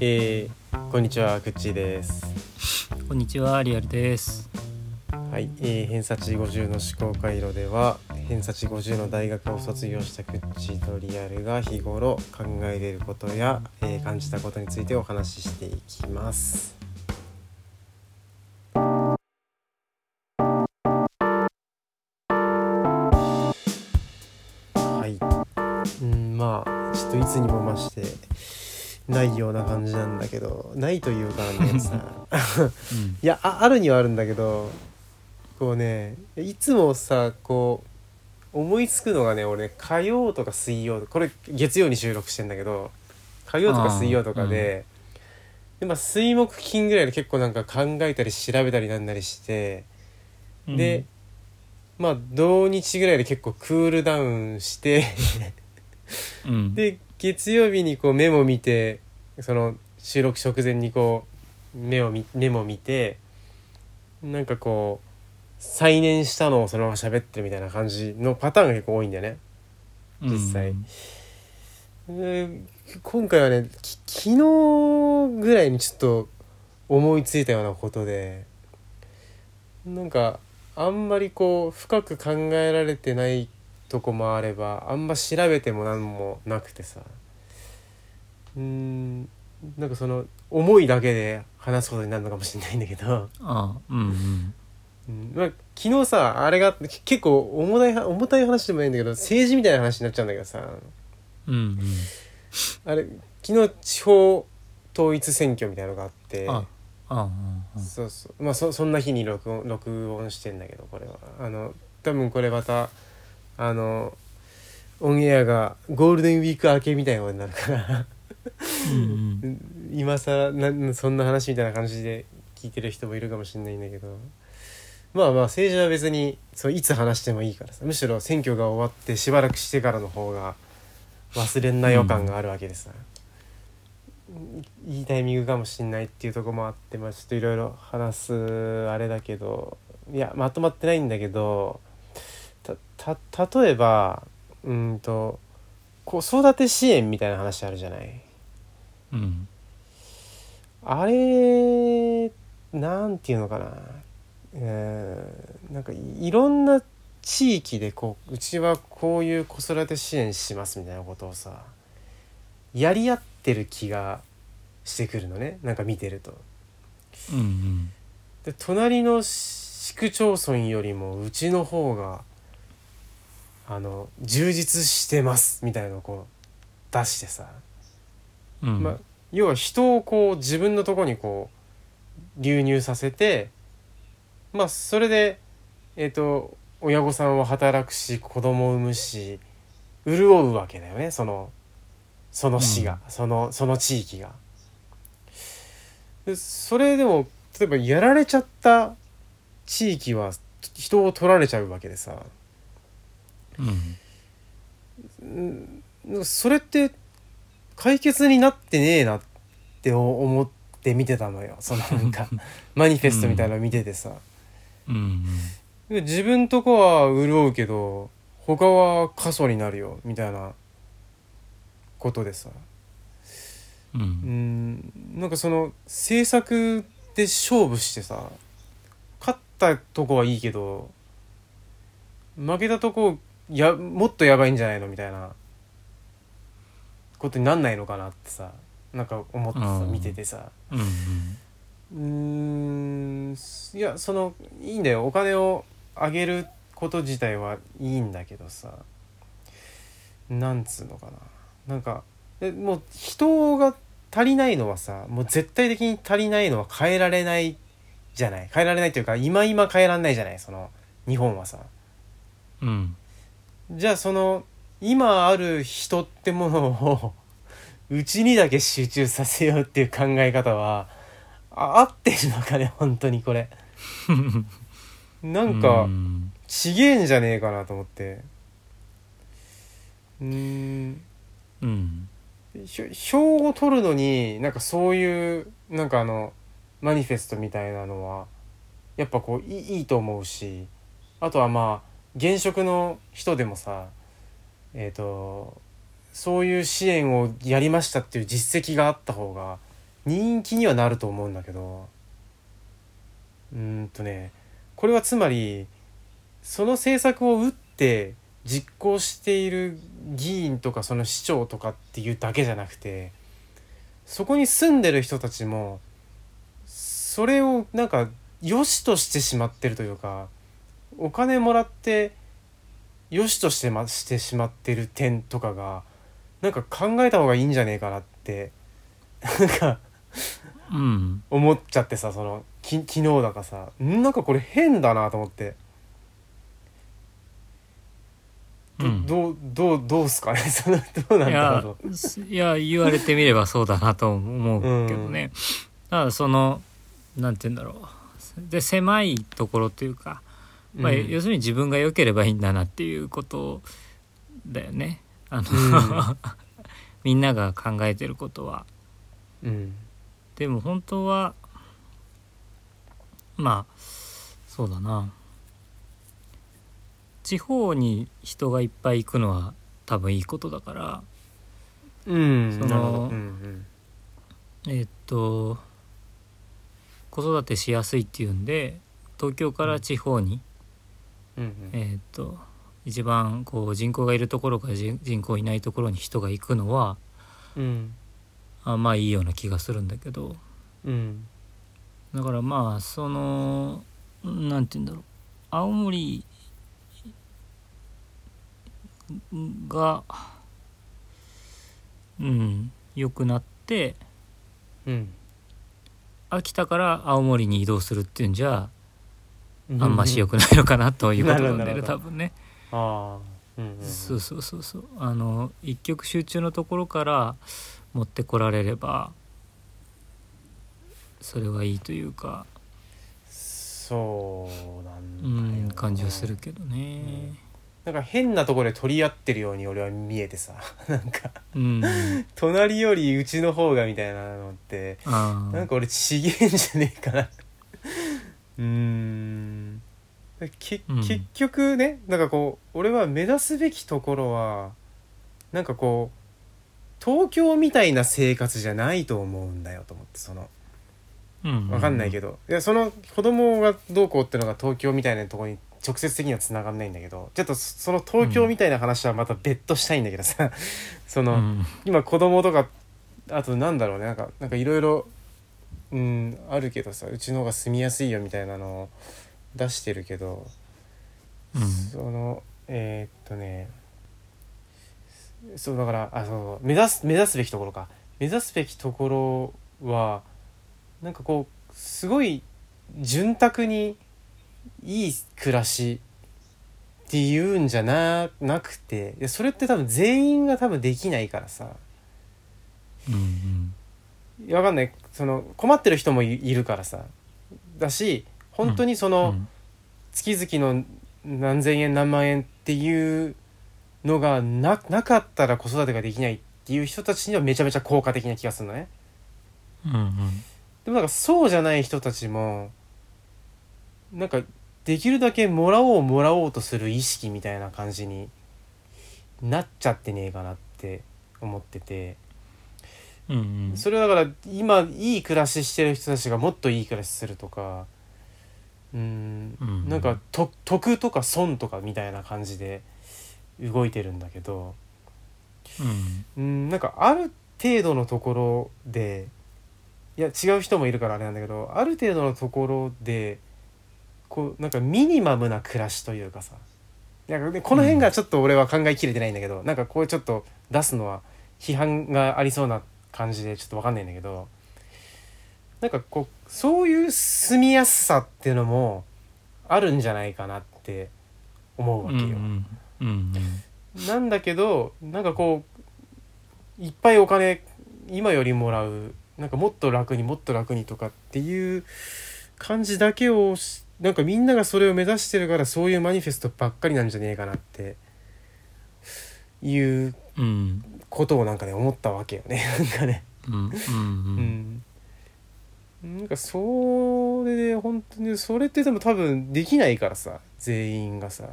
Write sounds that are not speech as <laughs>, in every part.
えー、こんにちは、くっちーです。こんにちは、リアルです。はい、えー、偏差値50の思考回路では、偏差値50の大学を卒業したくっちーとリアルが日頃考えていることや、えー感じたことについてお話ししていきます。はい、うん、まあ、ちょっといつにも増して。ないような感じなんだけどないというかあのさうんいやああるにはあるんだけどこうねいつもさこう思いつくのがね俺ね火曜とか水曜これ月曜に収録してんだけど火曜とか水曜とかで、でまあ、水木金ぐらいで結構なんか考えたり調べたりなんなりして、で、まあ同日ぐらいで結構クールダウンして。うん、で月曜日にこうメモ見てその収録直前にこう目をみメモ見てなんかこう再燃したのをそのまま喋ってるみたいな感じのパターンが結構多いんだよね。うん実際で今回はねき昨日ぐらいにちょっと思いついたようなことでなんかあんまりこう深く考えられてないとこもあればあんま調べても何もなくてさうーんなんかその思いだけで話すことになるのかもしれないんだけど。ああ、うんうん。うんまあ、昨日さあれがあってけ結構重たいは重たい話でもないんだけど政治みたいな話になっちゃうんだけどさうんあれ昨日地方統一選挙みたいなのがあってうん。あ、あ、あ、そうそうまあそそんな日に録音録音してんだけどこれはあの多分これまたあのオンエアがゴールデンウィーク明けみたいなことになるからうんうん。今更なんそんな話みたいな感じで聞いてる人もいるかもしれないんだけどまあまあ政治は別にそういつ話してもいいからさむしろ選挙が終わってしばらくしてからの方が忘れんな予感があるわけでさ、いいタイミングかもしんないっていうところもあってまあちょっといろいろ話すあれだけどいやまとまってないんだけどたた例えばうんと子育て支援みたいな話あるじゃない。うん。あれなんていうのかなえーなんかいいろんな地域でこううちはこういう子育て支援しますみたいなことをさやり合ってる気がしてくるのねなんか見てると。うんうん。で隣の市区町村よりもうちの方があの充実してますみたいなのをこう出してさうん。まあ、要は人をこう自分のとこにこう流入させてまあそれでえっ、と親御さんは働くし子供を産むし潤うわけだよねそのその市が、そのその地域が。でそれでも例えばやられちゃった地域は人を取られちゃうわけでさ。うん。うんそれって解決になってねえなって思って見てたのよそのなんかマニフェストみたいなの見ててさ、うんで自分とこは潤うけど他は過疎になるよみたいなことでさうん。う。うんんなんかその政策で勝負してさ勝ったとこはいいけど負けたとこやもっとやばいんじゃないのみたいなことになんないのかなってさなんか思ってさうん見ててさうんうーんいやそのいいんだよお金をあげること自体はいいんだけどさなんつうのかななんかえもう人が足りないのはさもう絶対的に足りないのは変えられないじゃない変えられないというか今今変えられないじゃないその日本はさうん。じゃあその今ある人ってものを <laughs> うちにだけ集中させようっていう考え方はあ合ってるのかね本当にこれなんかうんちげえんじゃねえかなと思ってうーんうん。ひょ票を取るのになんかそういうなんかあのマニフェストみたいなのはやっぱこういいいいと思うしあとはまあ現職の人でもさえっ、とそういう支援をやりましたっていう実績があった方が人気にはなると思うんだけどうーんとねこれはつまりその政策を打って実行している議員とかその市長とかっていうだけじゃなくてそこに住んでる人たちもそれをなんか良しとしてしまってるというかお金もらって良しとしてましてしまってる点とかがなんか考えた方がいいんじゃねえかなってなんかうん思っちゃってさそのき昨日だかさんなんかこれ変だなと思って、うどんどうどうどうすかね <laughs> そのどうなんいだやろうすいや言われてみればそうだなと思うけどね、ただそのなんて言うんだろうで狭いところというか、とまあ、うん要するに自分が良ければいいんだなっていうことだよねあの、う <laughs> みんなが考えてることは。うんでも本当はまあそうだな地方に人がいっぱい行くのは多分いいことだからうんそのなるほどうんえっと子育てしやすいっていうんで東京から地方に、うんうんえっと一番こう人口がいるところから人人口いないところに人が行くのはうんあまあいいような気がするんだけどうんだからまあそのなんて言うんだろう青森がうん良くなってうん秋田から青森に移動するっていうんじゃうあんまし良くないのかなということなんだなよるほねど多分ね。ああうんうんそうそうそうそうあの一極集中のところから持ってこられればそれはいいというかそうなんうだよなん感じはするけどね。なんか変なところで取り合ってるように俺は見えてさ <laughs> なんかうん <laughs> 隣よりうちの方がみたいなのってあなんあか俺ちげえんじゃねえ <laughs> かなうーんけうん結局ねなんかこう俺は目指すべきところはなんかこう東京みたいな生活じゃないと思うんだよと思ってそのわわかんないけど、いやその子供がどうこうってのが東京みたいなとこに直接的にはつながんないんだけどちょっとそその東京みたいな話はまた別途したいんだけどさ、 <laughs> その、うん今子供とかあとなんだろうねなんかなんかいろいろうんあるけどさうちの方が住みやすいよみたいなのを出してるけど、うんそのえーっとねそうだからあそう目指す目指すべきところか目指すべきところはなんかこうすごい潤沢にいい暮らしっていうんじゃななくていやそれって多分全員が多分できないからさうんいやわかんないその困ってる人もいいるからさだし本当にその、うん月々の何千円何万円っていうのがななかったら子育てができないっていう人たちにはめちゃめちゃ効果的な気がするのねうんうんでもなんかそうじゃない人たちもなんかできるだけもらおうもらおうとする意識みたいな感じになっちゃってねえかなって思っててうんうんそれはだから今いい暮らししてる人たちがもっといい暮らしするとかうんうんなんかと得とか損とかみたいな感じで動いてるんだけどうんうんなんかある程度のところでいや違う人もいるからあれなんだけどある程度のところでこうなんかミニマムな暮らしというかさなんかねこの辺がちょっと俺は考えきれてないんだけど、なんかこうちょっと出すのは批判がありそうな感じでちょっと分かんないんだけどなんかこうそういう住みやすさっていうのもあるんじゃないかなって思うわうけんよ。うんうんなんだけどなんかこういっぱいお金今よりもらうなんかもっと楽にもっと楽にとかっていう感じだけをしなんかみんながそれを目指してるからそういうマニフェストばっかりなんじゃねえかなっていううんことをなんかね思ったわけよね <laughs> なんかね。うんうんうんうん、なんかそれで本当にそれってでも多分できないからさ全員がさ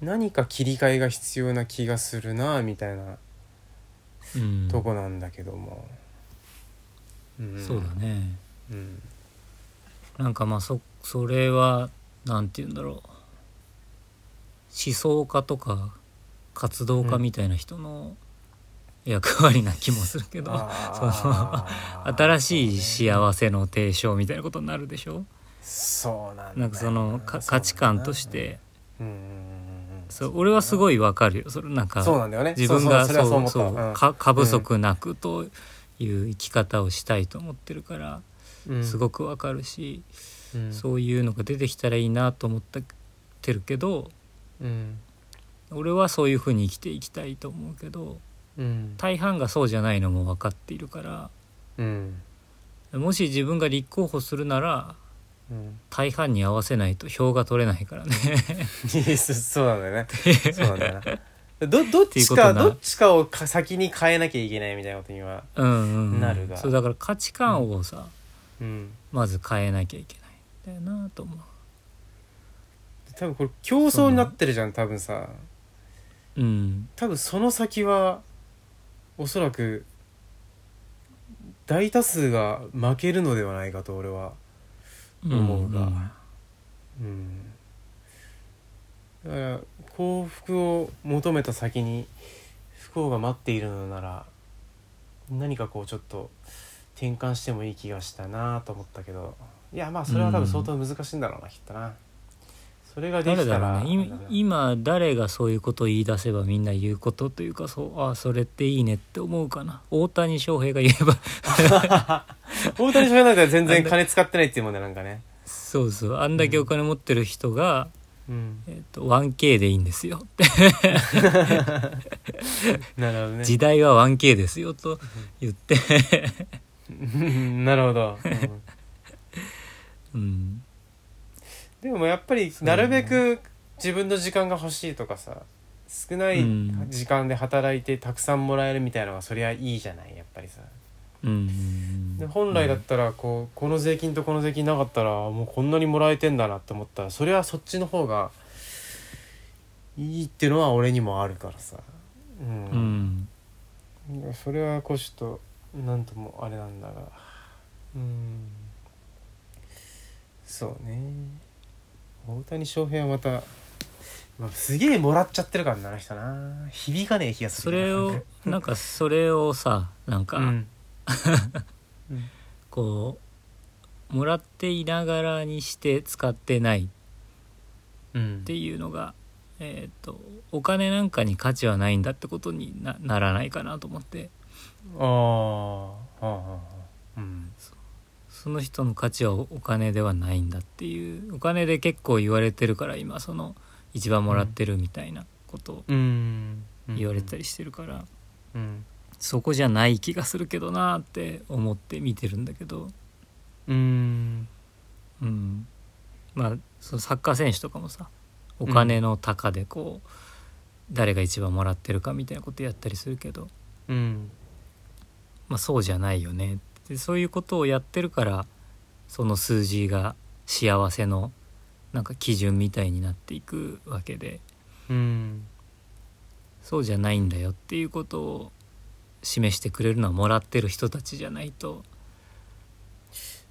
何か切り替えが必要な気がするなみたいなうんとこなんだけども、うんそうだねうんなんかまあそそれはなんて言うんだろう思想家とか活動家みたいな人の役割な気もするけど、新しい合幸せの提唱みたいなことになるでしょそうなんだよなんかそのか価値観としてうんうんうんうんそう俺はすごいわかるよそれなんかそうなんだよね自分がそうそうそれはそうそ思うったそうか過不足なくという生き方をしたいと思ってるからうんすごくわかるしうんそういうのが出てきたらいいなと思ってるけどうん俺はそういうふうに生きていきたいと思うけどうん大半がそうじゃないのも分かっているからうんもし自分が立候補するならうん大半に合わせないと票が取れないからねいや <laughs> そそうなんだ <laughs> よねそうなんだよなどどっっていうちことかなどっちかをか先に変えなきゃいけないみたい <laughs> なことにはうんうんうんなるがそうだから価値観をさ、うんまず変えなきゃいけないんだよなと思多分これ競争になってるじゃん多分さううん多分その先はおそらく大多数が負けるのではないかと俺は思うがうんだから幸福を求めた先に不幸が待っているのなら何かこうちょっと転換してもいい気がしたなと思ったけどいやまあそれは多分相当難しいんだろうな、きっとなそれがで誰きだたろうらね今今誰がそういうことを言い出せばみんな言うことというかそうあそれっていいねって思うかな大谷翔平が言えば <laughs> 大谷翔平なんか全然金使ってないっていうもんねなんかねそうそうあんだけお金持ってる人が、 <laughs> うんえっと 1K でいいんですよってなるほどね時代は 1K ですよと言って、うんなるほど、 <laughs> うんうん、でもやっぱりなるべく自分の時間が欲しいとかさ少ないうん時間で働いてたくさんもらえるみたいなのはそりゃいいじゃないやっぱりさうんで本来だったらこうこの税金とこの税金なかったらもうこんなにもらえてんだなって思ったらそれはそっちの方がいいっていうのは俺にもあるからさううんんいやそれはこうちょっとなんともあれなんだがうんそうね大谷翔平はまた、まあ、すげえもらっちゃってるからなあの人な響かねえ気がすそるれをなんかそれをさなんか、うん <laughs> こうもらっていながらにして使ってないっうんていうのが、えー、とお金なんかに価値はないんだってことになならないかなと思ってあーはあはあはあうんその人の価値はおお金ではないんだっていうお金で結構言われてるから今その一番もらってるみたいなことをうん言われたりしてるから、うんそこじゃない気がするけどなーって思って見てるんだけど、うんうん、まあそのサッカー選手とかもさお金の高でこう、誰が一番もらってるかみたいなことやったりするけど、うんまあ、そうじゃないよねでそういうことをやってるからその数字が幸せのなんか基準みたいになっていくわけでうんそうじゃないんだよっていうことを示してくれるのはもらってる人たちじゃないと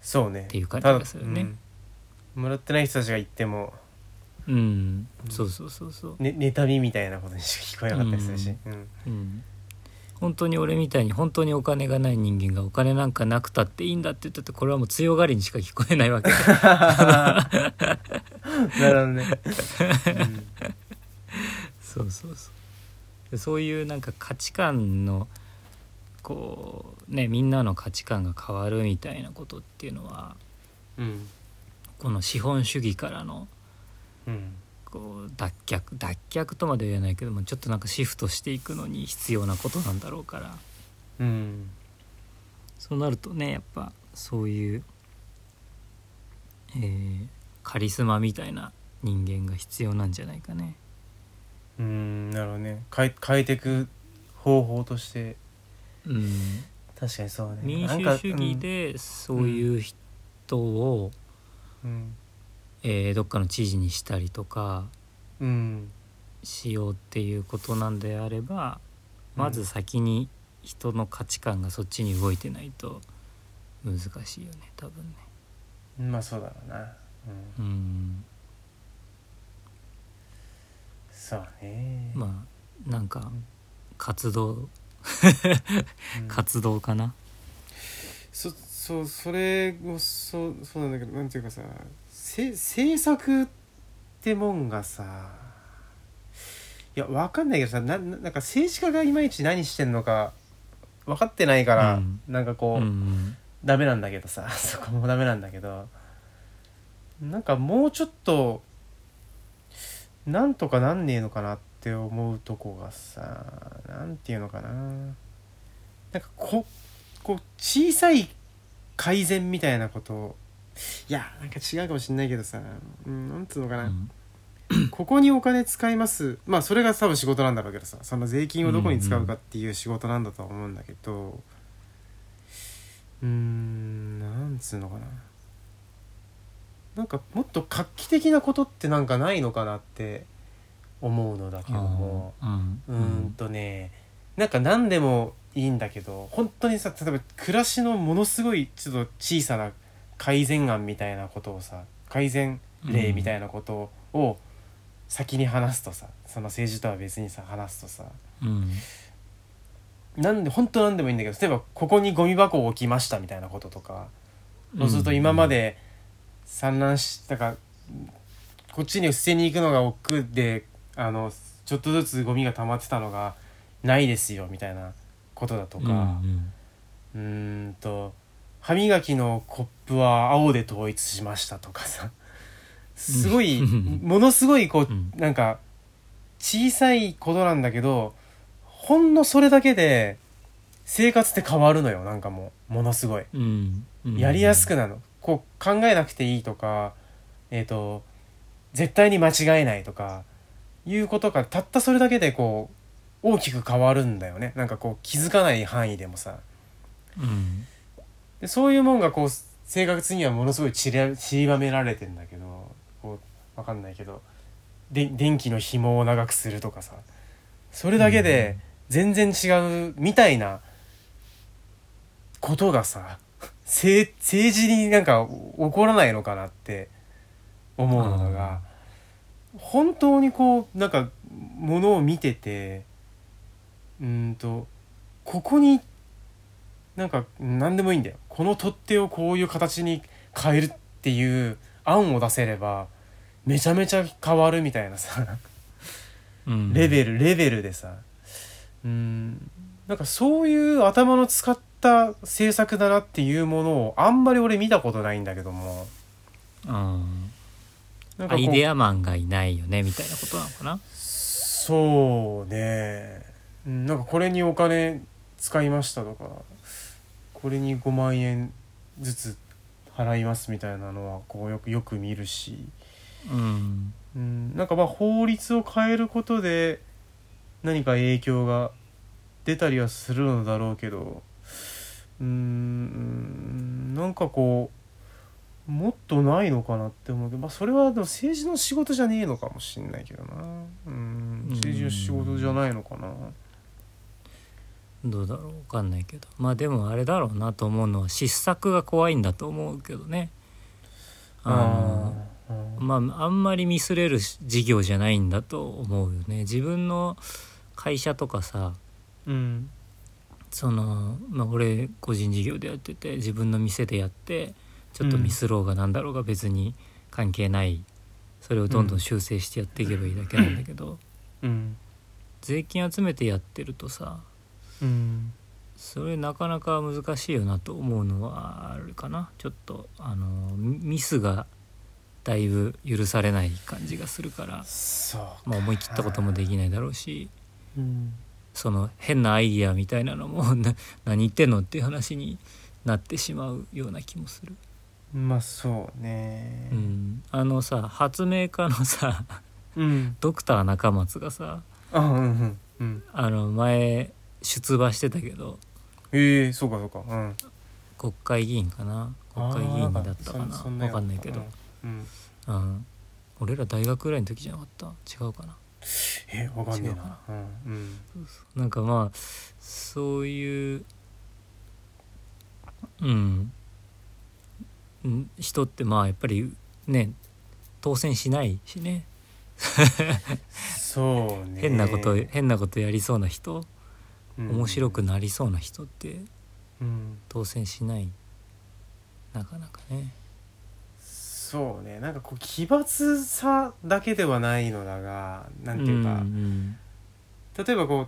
そうねっていう感じがするねただうんもらってない人たちが言ってもうん、そうそうそうそうね妬みみたいなことにしか聞こえなかったりするし、うんうん、本当に俺みたいに本当にお金がない人間がお金なんかなくたっていいんだって言ったってこれはもう強がりにしか聞こえないわ <laughs> け <laughs> なるほどね。そうそうそうでそういうなんか価値観のこうねみんなの価値観が変わるみたいなことっていうのはうん。この資本主義からのうん。こう脱却脱却とまでは言えないけどもちょっとなんかシフトしていくのに必要なことなんだろうからうん。そうなるとねやっぱそういう、えーカリスマみたいな人間が必要なんじゃないかね。うん。なるほどね。変え、変えていく方法として。うん、確かにそうね。民なんか主主義。でそういう人を、うん。えーどっかの知事にしたりとかうん。しようっていうことなんであればうんまず先に人の価値観がそっちに動いてないと難しいよね多分ねまあそうだろうな、うんうんそうね、まあなんか活動うん <laughs> 活動かなそそうそれもそうそうなんだけどなんていうかさせ制作ってもんがさいやわかんないけどさなななんか政治家がいまいち何してんのか分かってないから、うんなんかうこう、んうんダメなんだけどさ <laughs> そこもダメなんだけどなんかもうちょっとなんとかなんねえのかなって思うとこがさなんていうのかななんかここう小さい改善みたいなことをいやなんか違うかもしんないけどさ、うん、なんつうのかうな、んここにお金使いますまあそれが多分仕事なんだろうけどさその税金をどこに使うかっていう仕事なんだとは思うんだけどうーんなんつうのかななんかもっと画期的なことってなんかないのかなって思うのだけどもあーうんうーんとねなんか何でもいいんだけど本当にさ例えば暮らしのものすごいちょっと小さな改善案みたいなことをさ改善例みたいなことを先に話すとさその政治とは別にさ話すとさうんなんで本当なんでもいいんだけど例えばここにゴミ箱を置きましたみたいなこととかそうすると今まで散乱したかこっちに捨てに行くのが億劫であのちょっとずつゴミが溜まってたのがないですよみたいなことだととかうーんと歯磨きのコップは青で統一しましたとかさすごいうんものすごいこううんなんか小さいことなんだけどほんのそれだけで生活って変わるのよなんかもうものすごい。やりやすくなるのこう考えなくていいとかえっ、と絶対に間違えないとかいうことがたったそれだけでこう大きく変わるんだよねなんかこう気づかない範囲でもさうんでそういうもんがこう正確にはものすごい散り散りばめられてんだけどこうわかんないけどで電気の紐を長くするとかさそれだけで全然違うみたいなことがさ政政治になんか起こらないのかなって思うのが本当にこうなんかものを見ててうーんとここになんか何でもいいんだよこの取っ手をこういう形に変えるっていう案を出せればめちゃめちゃ変わるみたいなさうんレベルレベルでさうんなんかそういう頭の使った制作だなっていうものをあんまり俺見たことないんだけどもうんなんかアこうイデアマンがいないよねみたいなことなのかなそうねうんなんかこれにお金使いましたとかこれに5万円ずつ払いますみたいなのはこうよくよく見るしうんうん、なんかまあ法律を変えることで何か影響が出たりはするのだろうけどうーんなんかこうもっとないのかなって思うけど、まあ、それはでも政治の仕事じゃねえのかもしんないけどなうん政治の仕事じゃないのかなどうだろうわかんないけどまあでもあれだろうなと思うのは失策が怖いんだと思うけどねあのあーまあ、あんまりミスれる事業じゃないんだと思うよね自分の会社とかさうんその、まあ、俺個人事業でやってて自分の店でやってちょっとミスろうがなんだろうが別に関係ない、それをどんどん修正してやっていけばいいだけなんだけど、うん税金集めてやってるとさうんそれなかなか難しいよなと思うのはあるかなちょっとあのミミスがだいぶ許されない感じがするから。そうまあ、思い切ったこともできないだろうしうんその変なアイディアみたいなのも <laughs> な何言ってんのっていう話になってしまうような気もする。まあそうねうん、あのさ発明家のさ <laughs> うんドクター中松がさあうんうんうんあの前出馬してたけどええそうかそうかうん国会議員かな国会議員だったかなあー分かんないけど、。そんんよううん、俺ら大学ぐらいの時じゃなかった違うかなえ、わかんねえ違うなか。うん、うん、なんかまあそういううんん人ってまあやっぱりね当選しないしねそうね変なこと、変なことやりそうな人、面白くい、なりそうな人ってうん、当選しないなかなかねそうねなんかこう奇抜さだけではないのだがなんていうか、ん例えばこ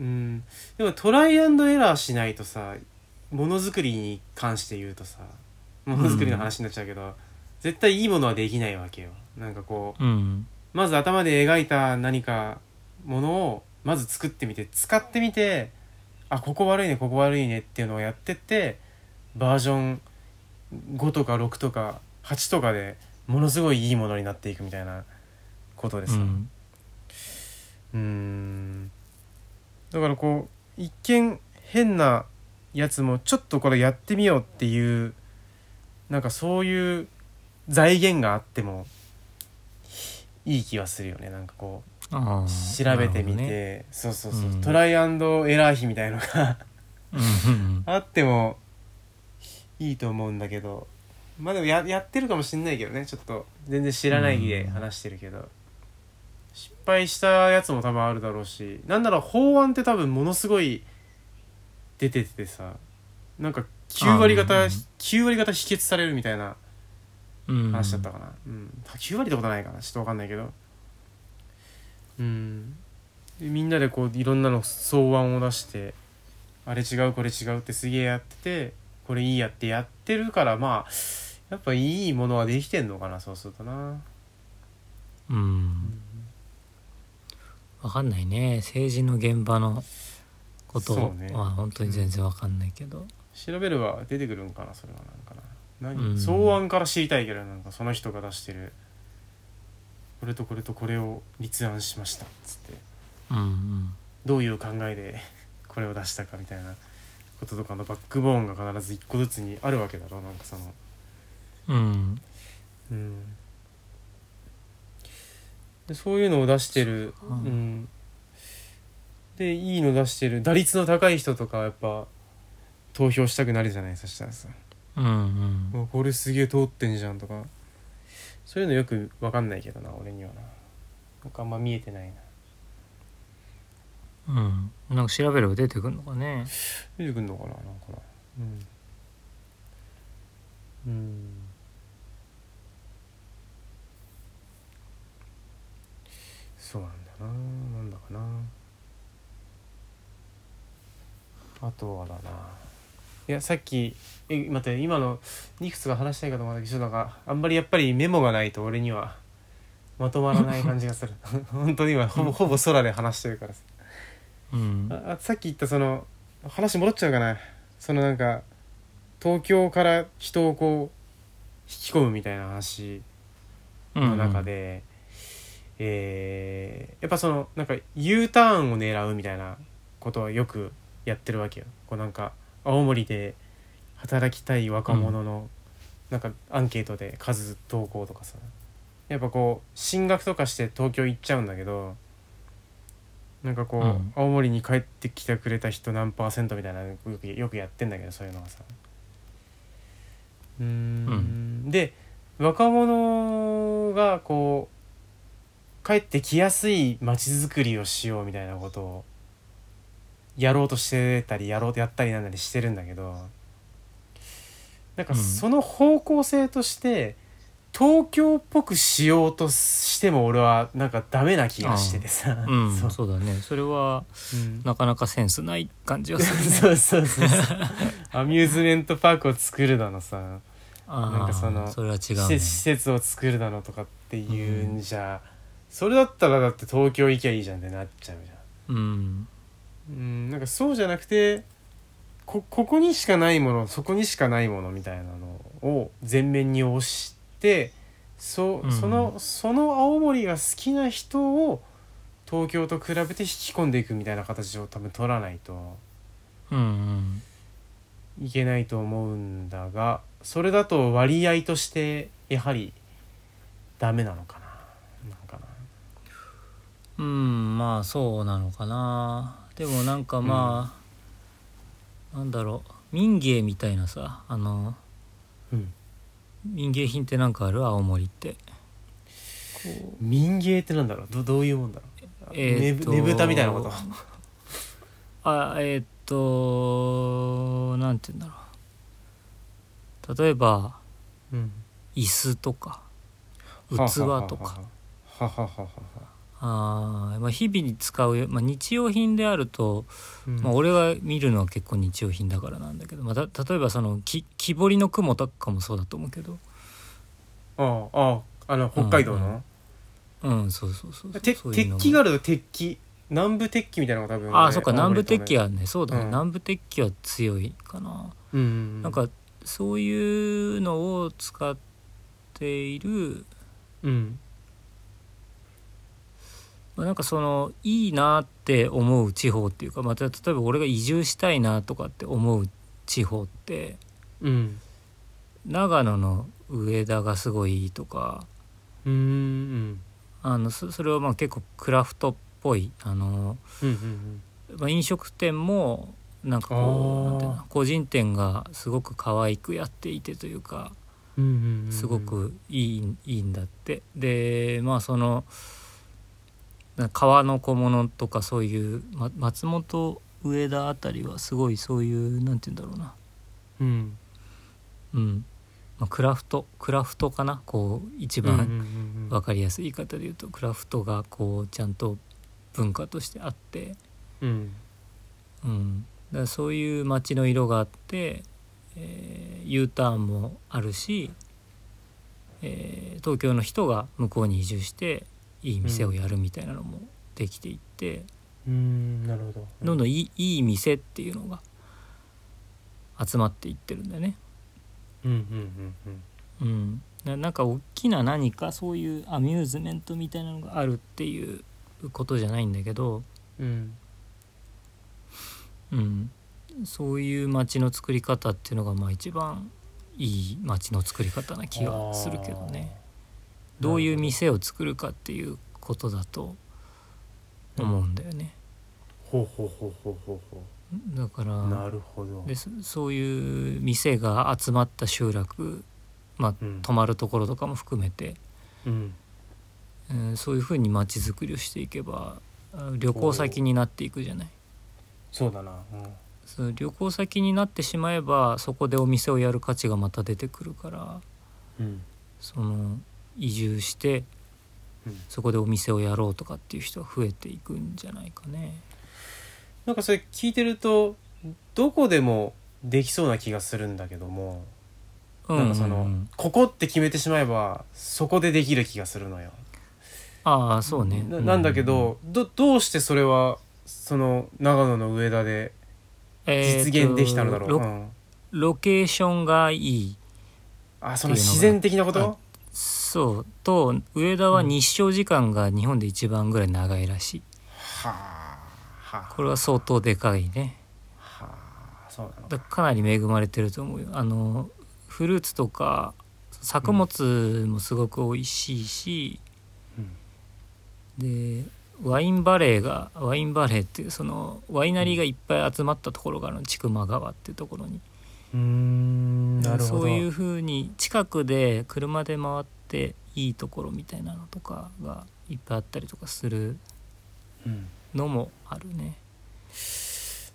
う、うん、でもトライアンドエラーしないとさものづくりに関して言うとさものづくりの話になっちゃうけど、絶対いいものはできないわけよなんかこううんうんまず頭で描いた何かものをまず作ってみて使ってみてあここ悪いねここ悪いねっていうのをやってってバージョン5とか6とか8とかでものすごいいいものになっていくみたいなことでうさ、んうーんだからこう一見変なやつもちょっとこれやってみようっていうなんかそういう財源があってもいい気はするよねなんかこうあー調べてみて、なるそうそうそう、うんトライアンドエラー費みたいのが <laughs> ほどねうんうんうんあってもいいと思うんだけどまあでもややってるかもしんないけどねちょっと全然知らないで話してるけど、失敗したやつも多分あるだろうしなんなら法案って多分ものすごい出ててさなんか9割あ方うん9割方否決されるみたいなうん話だったかな、うん9割ってことないかなちょっと分かんないけどうんでみんなでこういろんなの草案を出してあれ違うこれ違うってすげえやっててこれいいやってやってるからまあやっぱいいものはできてんのかなそうするとなうんわかんないね政治の現場のことそはうね本当に全然わかんないけど、調べれば出てくるんかなそれはなんかなう何、ん草案から知りたいけどなんかその人が出してるこれとこれとこれを立案しましたっつってうんうんどういう考えで <laughs> これを出したかみたいなこととかのバックボーンが必ず一個ずつにあるわけだろうなんかそのうんうんでそういうのを出してるううんんでいいの出してる打率の高い人とかはやっぱ投票したくなるじゃないそしたらさうんうんうわこれすげえ通ってんじゃんとかそういうのよく分かんないけどな俺にはな僕あんま見えてないなうん、なんか調べれば出てくるのかね。出てくんのかななんかなうん、うん、そうなんだななんだかなあとはだないやさっきえ待って今のいくつか話したいかと思うんだけどちょっとなんかあんまりやっぱりメモがないと俺にはまとまらない感じがする <laughs> 本当に今ほぼほぼ空で話してるからさうん、ああさっき言ったその話戻っちゃうかなそのなんか東京から人をこう引き込むみたいな話うんの中、で、えーやっぱそのなんか U ターンを狙うみたいなことはよくやってるわけよこうなんか青森で働きたい若者のなんかアンケートで数投稿とかさやっぱこう進学とかして東京行っちゃうんだけどなんかこう、うん青森に帰ってきてくれた人何パーセントみたいなのよくよくやってんだけどそういうのがさうーんで若者がこう帰ってきやすい街づくりをしようみたいなことをやろうとしてたりやろうとやったりなんなりしてるんだけどなんかうんその方向性として、東京っぽくしようとしても俺はなんかダメな気がしててさ、うん、そそううだね。それはうんなかなかセンスない感じがするね。そうそうそうそう <laughs> アミューズメントパークを作るだのさ、あー <laughs> なんかそのそれは違施う、ね設。施設を作るだのとかっていうんじゃ、それだったらだって東京行きゃいいじゃんってなっちゃうじゃんうん、うんなんかそうじゃなくてこここにしかないものそこにしかないものみたいなのを全面に押してそうんそのその青森が好きな人を東京と比べて引き込んでいくみたいな形を多分取らないとうん、うん、いけないと思うんだがそれだと割合としてやはりダメなのかななんかなうん、まあそうなのかな。でもなんかまあ、なんだろう、民芸みたいなさ、あのうん民芸品ってなんかある青森ってこう民芸ってなんだろうどどういうもんだろう、えーねとぶねぶたみたいなことあえーっとなんて言うんだろう例えばうん椅子とか器とかははははははあーまあ日々に使うよ、まあ、日用品であると、うんまあ、俺が見るのは結構日用品だからなんだけど、まあ、た例えばその木木彫りの雲とかもそうだと思うけどあああああの北海道うんうの、うんそうそうそうそうてそういうの鉄器があると鉄器南部鉄器みたいなのが多分ああそっかれ南部鉄器青森とねはねそうだね、うん南部鉄器は強いかな、うんうんなんかそういうのを使っているうんまあなんかそのいいなって思う地方っていうかまた例えば俺が移住したいなとかって思う地方ってうん長野の上田がすごいいいとかうんうんあのそそれはまあ結構クラフトっぽいあの、うんうんまあ、飲食店もなんかこうあーなんていうの個人店がすごく可愛くやっていてというかうんうんうんすごくいい,、いいんだってでまあそのな革の小物とかそういう、ま、松本上田あたりはすごいそういうなんて言うんだろうなうんうん、まあ、クラフトクラフトかなこう一うんうん番うん分かりやすい言い方で言うと、クラフトがこうちゃんと文化としてあって、うんうん、だからそういう街の色があって、えー U ターンもあるし、えー東京の人が向こうに移住していい店をやるみたいなのもできていって、うんなるほどどんどんんいいいい店っていうのが集まっていってるんだよね。うんうんうんうん、ななんか大きな何かそういうアミューズメントみたいなのがあるっていうことじゃないんだけど、うんうんうん、そういう街の作り方っていうのがまあ一番いい街の作り方な気がするけあーどねなるほどどういう店を作るかっていうことだと思うんだよね、ほうほうほうほうほうほだかうならるほどでそそういう店が集まった集落まあうん泊まるところとかも含めて、うんうん、そういうふうに街づくりをしていけばあ旅行先になっていくじゃない。そうだなうんその旅行先になってしまえばそこでお店をやる価値がまた出てくるからうんその移住してうんそこでお店をやろうとかっていう人が増えていくんじゃないかね。なんかそれ聞いてるとどこでもできそうな気がするんだけどもなんかその、うんうんうんここって決めてしまえばそこでできる気がするのよ。ああそうねななんだけど、どどうしてそれはその長野の上田で実現できたのだろう、えーとうロんロケーションがいいあその自然的なこあとそうと上田は日照時間が日本で一番ぐらい長いらしいはあはこれは相当でかいね。あはあそうなのだかなり恵まれてると思うよあのフルーツとか作物もすごく美味しいし、でワインバレーがワインバレーっていうそのワイナリーがいっぱい集まったところがあるの千曲川っていうところにうんうんなるほどそういうふうに近くで車で回っていいところみたいなのとかがいっぱいあったりとかするうんのもあるね。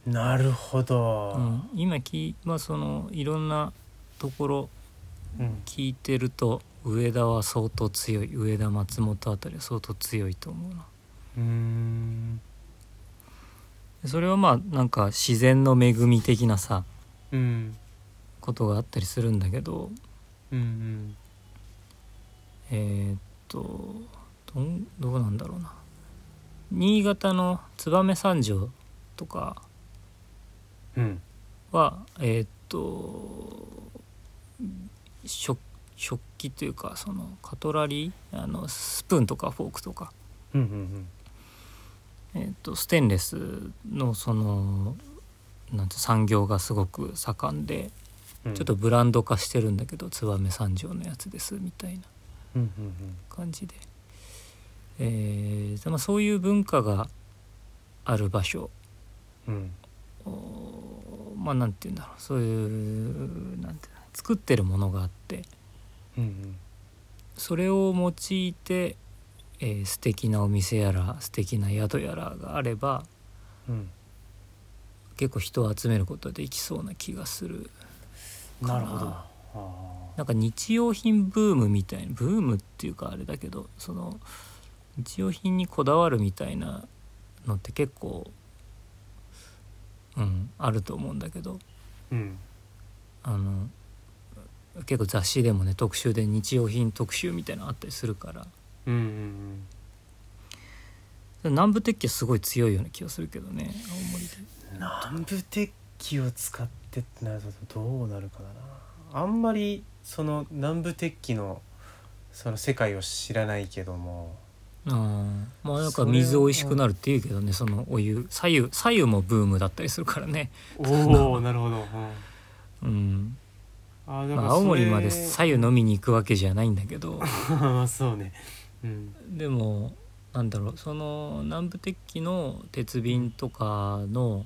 なるほど、うん、今き、まあ、そのいろんなところうん聞いてると上田は相当強い上田松本あたりは相当強いと思うなうんそれはまあなんか自然の恵み的なさうんことがあったりするんだけどうんえーっとどんどうなんだろうな新潟の燕三条とかうんはえーっと食食器というかそのカトラリーあのスプーンとかフォークとかうんうんうんえー、とステンレスのそのなんて産業がすごく盛んでうんちょっとブランド化してるんだけど燕三条のやつですみたいなうんうん感じで、えーでまあ、そういう文化がある場所うんうんおまあなんて言うんだろうそういうなんて言うの作ってるものがあってうんそれを用いて、えー素敵なお店やら素敵な宿やらがあればうん結構人を集めることはできそうな気がするうんなるほどかああなんか日用品ブームみたいなブームっていうかあれだけどその日用品にこだわるみたいなのって結構うんあると思うんだけどうんあの結構雑誌でもね特集で日用品特集みたいなのあったりするからうんうん南部鉄器はすごい強いような気がするけどね青森でうん南部鉄器を使ってってなるとどうなるかだなあんまりその南部鉄器のその世界を知らないけどもうんまあなんそかれは水美味しくなるっていうけどねそのお湯左右左右もブームだったりするからねおおなるほど、うん、うん、あーだまからあ、それ青森まで左右飲みに行くわけじゃないんだけど <laughs> まあそうねうん <laughs> でもなんだろうその南部鉄器の鉄瓶とかの、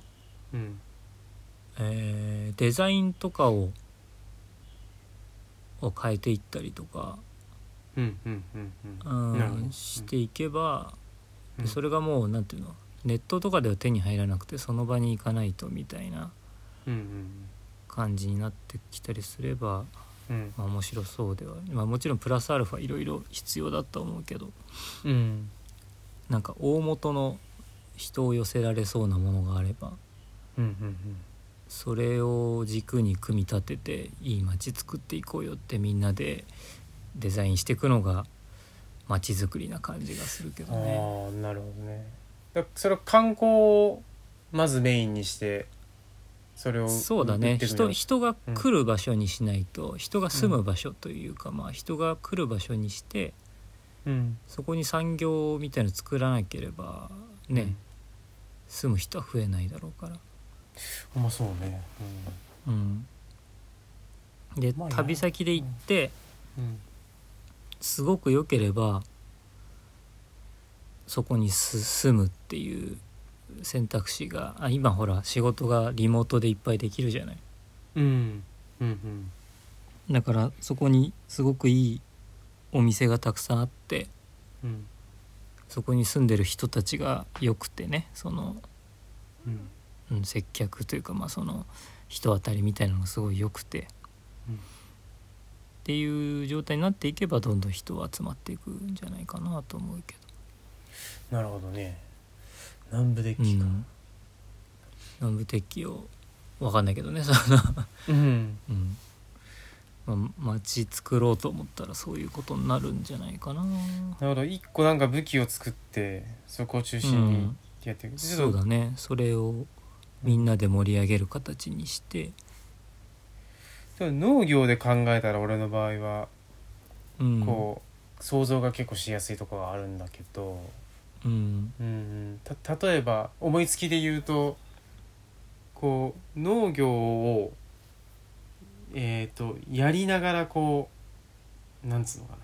うんえーデザインとかをを変えていったりとか、うんうんうんううんなるほどん、していけば、うんでそれがもうなんていうのネットとかでは手に入らなくてその場に行かないとみたいなうん感じになってきたりすれば、うんうんまあ、面白そうでは、まあ、もちろんプラスアルファいろいろ必要だと思うけどうんなんか大元の人を寄せられそうなものがあればうんうんそれを軸に組み立てていい街作っていこうよってみんなでデザインしていくのが街づくりな感じがするけどね。ああなるほどねだそれは観光をまずメインにしてそれをそうだ売ねっていく人の人が来る場所にしないと、人が住む場所というか、まあ、人が来る場所にしてうんそこに産業みたいなの作らなければね、うん住む人は増えないだろうから、ほんまそうねうん、でまあね旅先で行ってうんうんすごく良ければそこにす住むっていう選択肢があ今ほら仕事がリモートでいっぱいできるじゃないうんうんうんだからそこにすごくいいお店がたくさんあってうんそこに住んでる人たちが良くてねそのうんうん、接客というか、まあ、その人当たりみたいなのがすごい良くて、うんっていう状態になっていけばどんどん人は集まっていくんじゃないかなと思うけなるほどね南部デッど、キか南部鉄器を分かんないけどねその、うんうんまあ、街作ろうと思ったらそういうことになるんじゃないかな。なるほど一個なんか武器を作ってそこを中う心にんやっていくちそょうっとだねそれをみんなで盛り上げる形にして、でも農業で考えたら俺の場合はうんこう想像が結構しやすいところがあるんだけどうんうんうんた例えば思いつきで言うとこう農業をえー、とやりながらこうなんつうのかな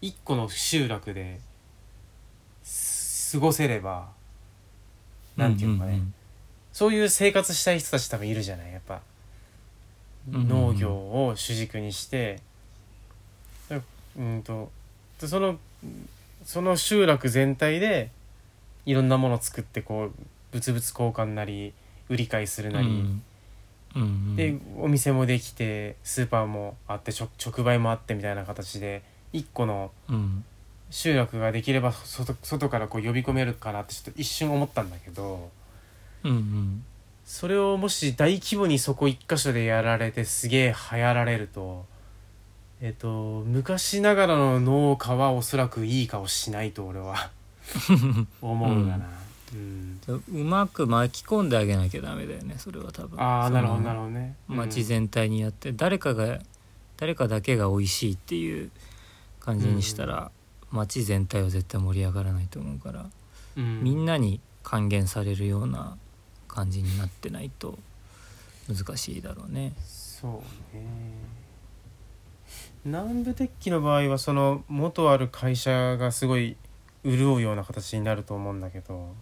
一個の集落です過ごせればなんていうのかね、そういう生活したい人たち多分いるじゃないやっぱ、うんうんうん農業を主軸にしてだうんとでそのその集落全体でいろんなものを作ってこう物々交換なり売り買いするなり、うんうんでお店もできてスーパーもあって直直売もあってみたいな形で一個のうん集落ができれば外外からこう呼び込めるかなってちょっと一瞬思ったんだけど。うんうんそれをもし大規模にそこ一箇所でやられてすげえ流行られるとえっと昔ながらの農家はおそらくいい顔しないと俺 <laughs> は思うかな、うんうまく巻き込んであげなきゃダメだよねそれは多分ああなるほどなるほほどね町全体にやって、誰かが誰かだけが美味しいっていう感じにしたら、町全体は絶対盛り上がらないと思うから、みんななに還元されるような感じになってないと難しいだろうね。そうね南部鉄器の場合はその元ある会社がすごい潤うような形になると思うんだけど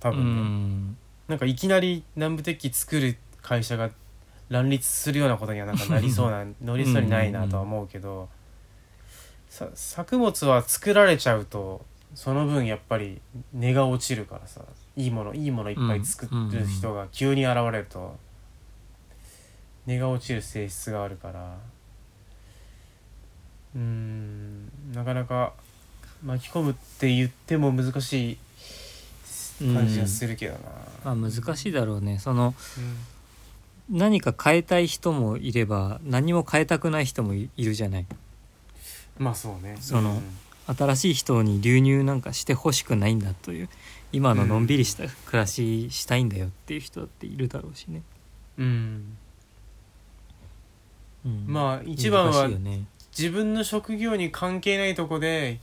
多分うね、んなんかいきなり南部鉄器作る会社が乱立するようなことにはなんかなりそうな乗りそうにないなとは思うけどさ作物は作られちゃうとその分やっぱり値が落ちるからさいいものいいものいっぱい作る人が急に現れると値が落ちる性質があるからうーんなかなか巻き込むって言っても難しい感じがするけどな。まあ、難しいだろうねそのうん何か変えたい人もいれば何も変えたくない人もいいるじゃないまあそうねそうのん新しい人に流入なんかしてほしくないんだという今ののんびりした暮らししたいんだよっていう人だっているだろうしね、うん、うんまあ一番は難しいよ <laughs> ね自分の職業に関係ないとこで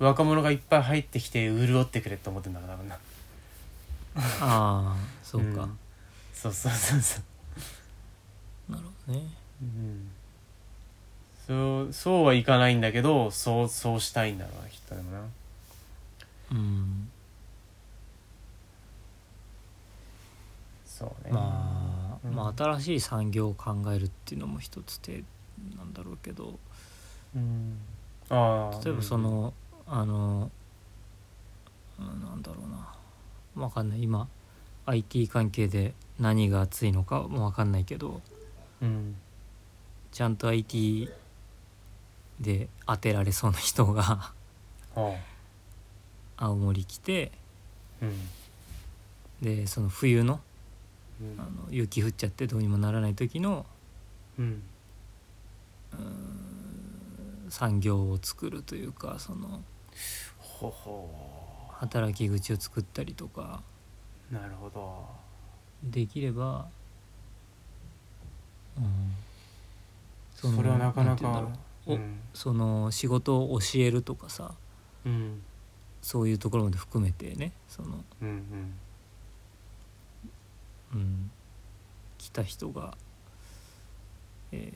若者がいっぱい入ってきて潤ってくれって思ってんだから多分なああそうか、んそうそうそうそう、なるほどねうん、そうそうはいかないんだけどそうそうしたいんだろうなきっとでもなうんそうねまあ、うんまあ新しい産業を考えるっていうのも一つ手なんだろうけどうんああ例えばその、あのうんなんだろうなわかんない今 IT 関係で何が熱いのかもわかんないけどうんちゃんと IT で当てられそうな人が <laughs> は青森来てあうんでその冬のうあのん雪降っちゃってどうにもならない時のうん産業を作るというかそのほほ働き口を作ったりとかうなるほどできれば、うん、そのれはなかなんて言うんだかろううおんその仕事を教えるとかさうんそういうところまで含めてねその、うんうんうん、来た人が、え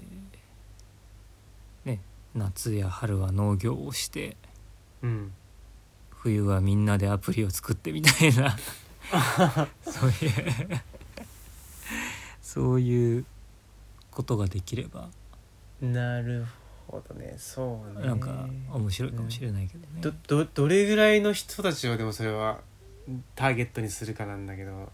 ーね、夏や春は農業をしてうん冬はみんなでアプリを作ってみたい <laughs> なそういうそういうことができればなるほどねそうねなんか面白いかもしれないけどね。どどどれぐらいの人たちをでもそれはターゲットにするかなんだけど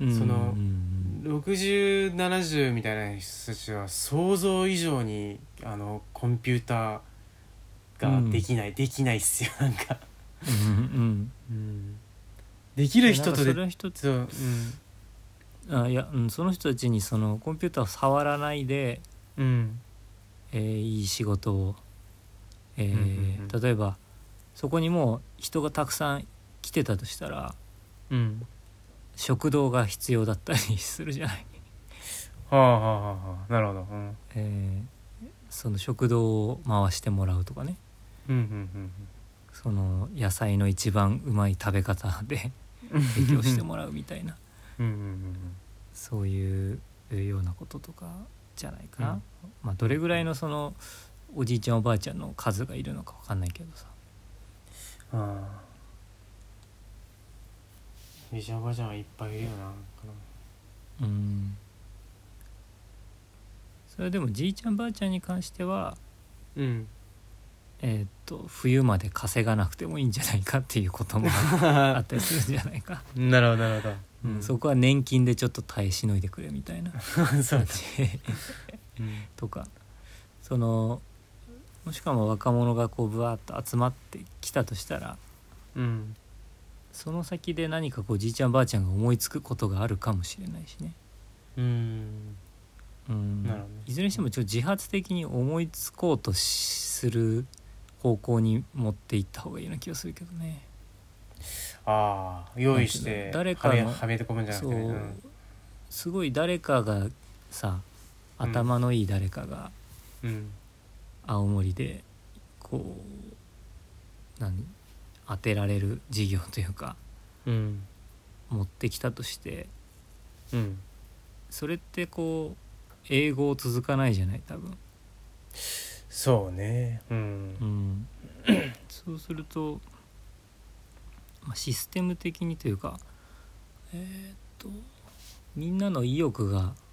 うんそのうん6070みたいな人たちは想像以上にあのコンピューターができない、できないっすよなんか、うんうんできる人となんかそでれは一つそう、うん、あいや、うん、その人たちにそのコンピューターを触らないで、うんえーいい仕事を、えーうんうんうん例えばそこにもう人がたくさん来てたとしたらうん食堂が必要だったりするじゃない、はあはあはあはあなるほど、うん、えーその食堂を回してもらうとかねうんうんその野菜の一番うまい食べ方でうんうん提供してもらうみたいなうんうんうんそういうようなこととかじゃないかな、うんまあどれぐらいのそのおじいちゃんおばあちゃんの数がいるのかわかんないけどさうんああビジャバジャンいっぱいいるよなうんそれでもじいちゃんばあちゃんに関してはうんえーっと冬まで稼がなくてもいいんじゃないかっていうこともあったりするんじゃないか、なるほどなるほど、うんそこは年金でちょっと耐えしのいでくれみたいな <laughs> そうだ、うん <laughs> とかそのもしかも若者がこうぶわっと集まってきたとしたらうん、その先で何かこうじいちゃんばあちゃんが思いつくことがあるかもしれないしね。うん、うんなるほどねいずれにしてもちょっと自発的に思いつこうとしする方向に持っていった方がいいような気がするけどね。ああ用意してなんていうの誰かのはめはめて込むんじゃなくそてう、ね、うんすごい誰かがさうん頭のいい誰かがうん、青森でこう何当てられる事業というかうん持ってきたとしてうん、それってこう英語を続かないじゃない多分。そうねうんう、ん、そうすると、まあ、システム的にというかえーっとみんなの意欲が <laughs>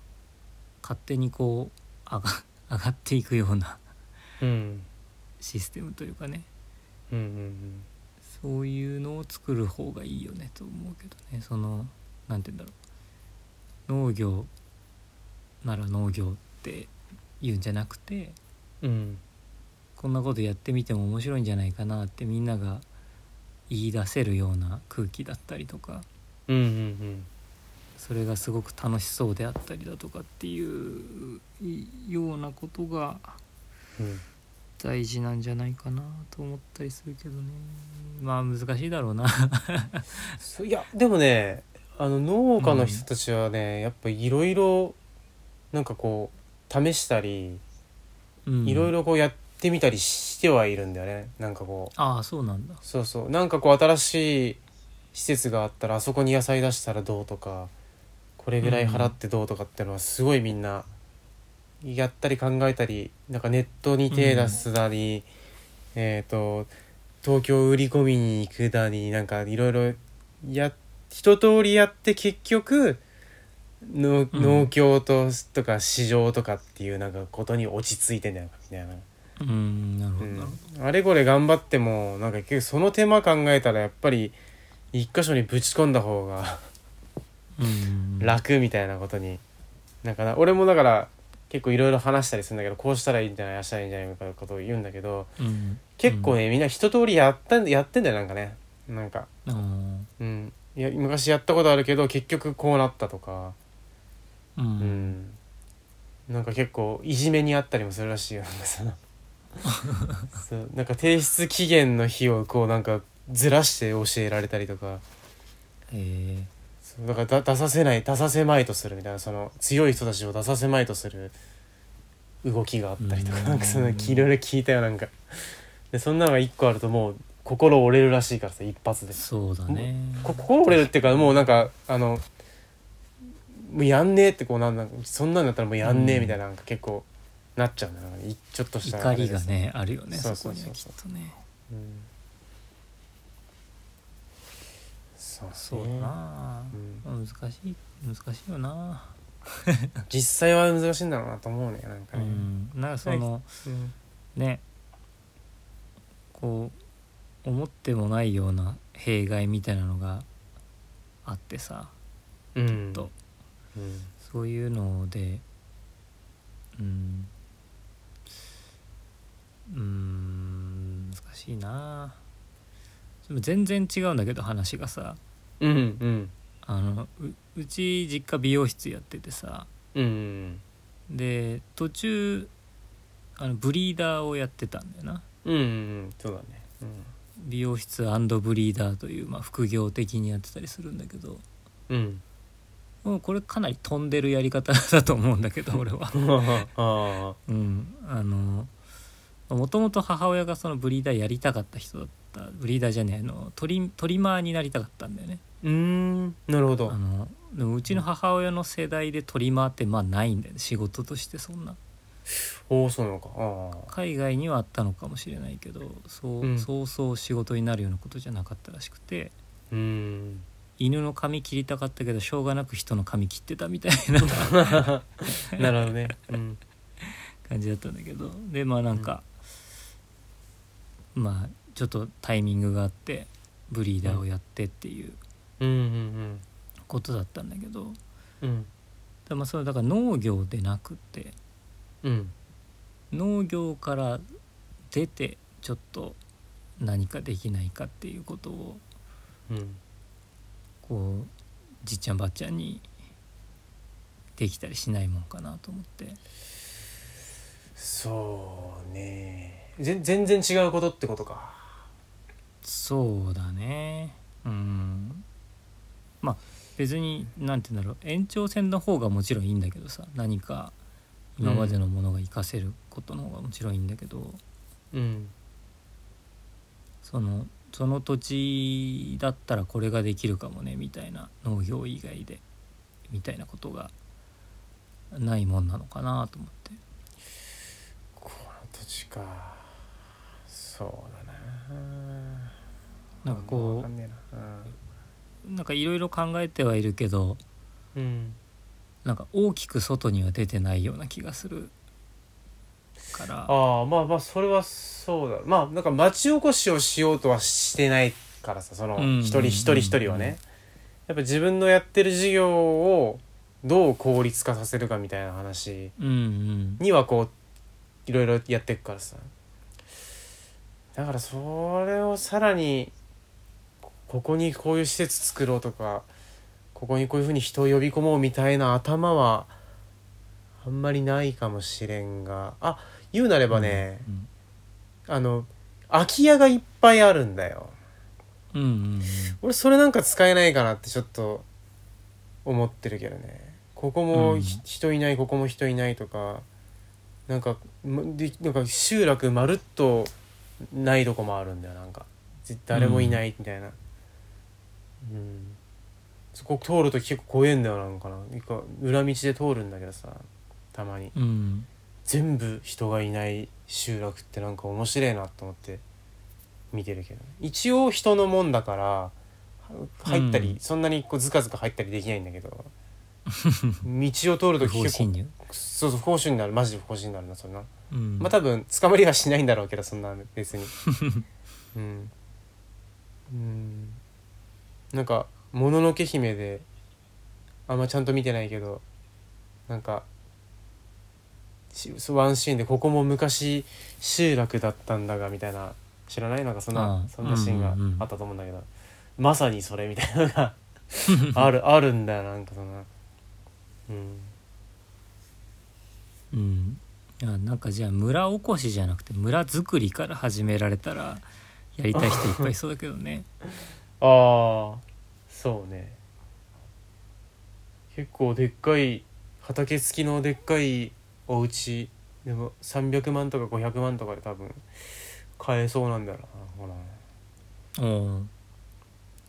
勝手にこう上が上がっていくようなうん、システムというかねうんうんそういうのを作る方がいいよねと思うけどねそのなんて言うんだろう農業なら農業って言うんじゃなくてうんうんこんなことやってみても面白いんじゃないかなってみんなが言い出せるような空気だったりとかうんうんそれがすごく楽しそうであったりだとかっていういようなことがうんうん大事なんじゃないかなと思ったりするけどねまあ難しいだろうなそういやでもねあの農家の人たちはね、やっぱいろいろなんかこう試したりいいろいろこうやってみたりしてはいるんだよねなんかこうああそうなんだそうそうなんかこう新しい施設があったらあそこに野菜出したらどうとかこれぐらい払ってどうとかってのはすごいみんなやったり考えたりなんかネットに手出すだり、えっ、と東京売り込みに行くだりなんかいろいろや一通りやって結局のうん農協と,、とか市場とかっていうなんかことに落ち着いてんじゃないかみたいな。うんなるほど、うなるほんあれこれ頑張ってもなんか結局その手間考えたらやっぱり一箇所にぶち込んだ方がどうん楽みたいなことになんかな俺もだから結構いろいろ話したりするんだけどこうしたらいいんじゃないああしたらいいんじゃないみたいなことを言うんだけどうん結構ねみんな一通りやったんやってんだよなんかねなんかうんうんいや昔やったことあるけど結局こうなったとかうんうん、なんか結構いじめにあったりもするらしいよなんかそのそうなんか提出期限の日をこうなんかずらして教えられたりとかえそうだからだ出させない出させまいとするみたいなその強い人たちを出させまいとする動きがあったりとかうんなんかそのいろいろ聞いたよなんかでそんなのが一個あるともう心折れるらしいからさ一発でー、そうだねこ心折れるっていうかもうなんかあのもうやんねえってこうなんなんそんなんだったらもうやんねえみたいななんか結構なっちゃうんだよなんかいちょっとした怒りがあれです、ねあるよねそうそそうこそうにはそうきっとねうん、そうそうねだな、うん難しい難しいよな実際は難しいんだろうなと思うねなんかうね、んなんかその、うんねこう思ってもないような弊害みたいなのがあってさうんとうんそういうのでうんうん難しいなでも全然違うんだけど話がさうんうんあのううち実家美容室やっててさうんで途中あのブリーダーをやってたんだよなうんうんそうだね美容室ブリーダーという、まあ、副業的にやってたりするんだけどうん <laughs> もうこれかなり飛んでるやり方だと思うんだけど俺はう。んああうん、あのもともと母親がそのブリーダーやりたかった人だったブリーダーじゃねえあのトリトリマーになりたかったんだよねうーんなるほどあのでもうちの母親の世代でトリマーってまあないんだよね仕事としてそんなおおそうなのかあ海外にはあったのかもしれないけどそう,、うんそうそう仕事になるようなことじゃなかったらしくて、あうん犬の髪切りたかったけどしょうがなく人の髪切ってたみたいななるほどね。うん。感じだったんだけどでまあなんか、まあちょっとタイミングがあってブリーダーをやってっていううんうんことだったんだけどうん。うん。でまあそれはだから農業でなくてうん。農業から出てちょっと何かできないかっていうことをうん。こうじっちゃんばっちゃんにできたりしないもんかなと思って。そうね。ぜ全然違うことってことか。そうだねうんまあ別に何て言うんだろう延長戦の方がもちろんいいんだけどさ何か今までのものが活かせることの方がもちろんいいんだけど、うん。そのその土地だったらこれができるかもねみたいな農業以外でみたいなことがないもんなのかなと思ってこの土地か。そうだな。なんかわこかんねえな。うなんかいろいろ考えてはいるけどうん。なんか大きく外には出てないような気がするからああまあまあそれはそうだまあなんか町おこしをしようとはしてないからさそのうんうんうん一人一人一人はねやっぱ自分のやってる事業をどう効率化させるかみたいな話うんうんにはこういろいろやっていくからさだからそれをさらにここにこういう施設作ろうとかここにこういうふうに人を呼び込もうみたいな頭はあんまりないかもしれんがあ言うなればね、うんあの空き家がいっぱいあるんだようんうん俺それなんか使えないかなってちょっと思ってるけどねここもひ、うん人いないここも人いないとかなんかまでなんか集落まるっとないとこもあるんだよなんかぜ誰もいないみたいなうん、そこ通ると結構怖えんだよなんかな一回裏道で通るんだけどさたまにうんうん全部人がいない集落ってなんか面白いなと思って見てるけど一応人のもんだからは入ったり、うんそんなにこうずかずか入ったりできないん <laughs> だけど道を通ると不法結侵構入そうそう不法侵入になるマジで不法侵入になるなそんな、うんまあ多分捕まりはしないんだろうけどそんな別 <laughs> にうんうんなんか「もののけ姫で」あんまちゃんと見てないけどなんかしそうワンシーンで「ここも昔集落だったんだが」みたいな知らないなんかそんあなあそんなシーンうんうんうんがあったと思うんだけど、まさにそれみたいなのがあるあるんだよなんかそんなうんうんいやなんかじゃあ村おこしじゃなくて村づくりから始められたらやりたい人いっぱいいそうだけどねああそうね結構でっかい畑付きのでっかいお家でも300万とか500万とかで多分買えそうなんだよなほら <laughs> うん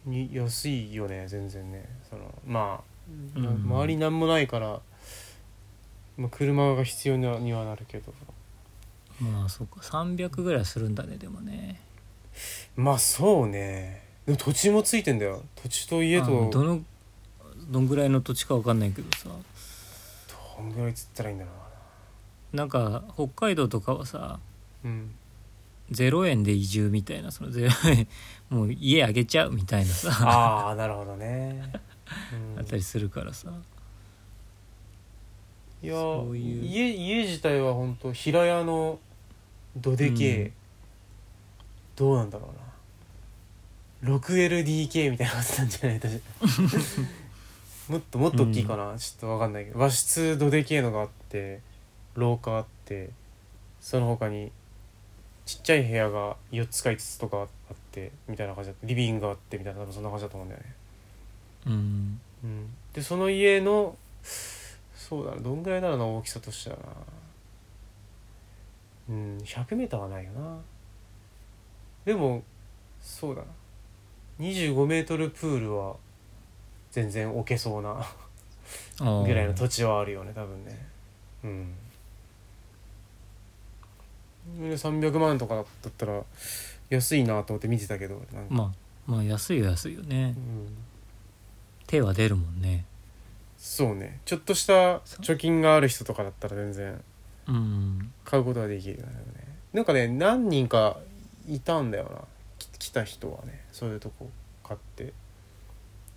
に安いよね全然ねそのまあ、うん周りなんもないから、まあ、車が必要にはにはなるけどまあそうか300ぐらいするんだねでもねまあそうねでも土地もついてんだよ土地と家あとのどどのどんぐらいの土地かわかんないけどさんぐらいつったらいいんだろなんか北海道とかはさうなうん0円で移住みたいなその0円もう家あげちゃうみたいなさああなるほどね、うんあったりするからさいやそういう家家自体は本当平屋のどでけえ、うんどうなんだろうな 6LDK みたいなやつなんじゃない私 <laughs> もっともっと大きいかな、ちょっと分かんないけど和室どでけえのがあって廊下あってその他にちっちゃい部屋が4つか5つとかあってみたいな感じだったリビングがあってみたいな多分そんな感じだと思うんだよねうんうん、でその家のそうだなどんぐらいだろうな大きさとしてはなうん 100m はないよなでもそうだな 25m プールは全然置けそうなあーぐらいの土地はあるよね多分ねうん300万とかだったら安いなと思って見てたけどなんか、まあまあ安いよ安いよねうん手は出るもんねそうねちょっとしたそう貯金がある人とかだったら全然うん買うことはできるよねなんかね何人かいたんだよなき来た人はねそういうとこ買って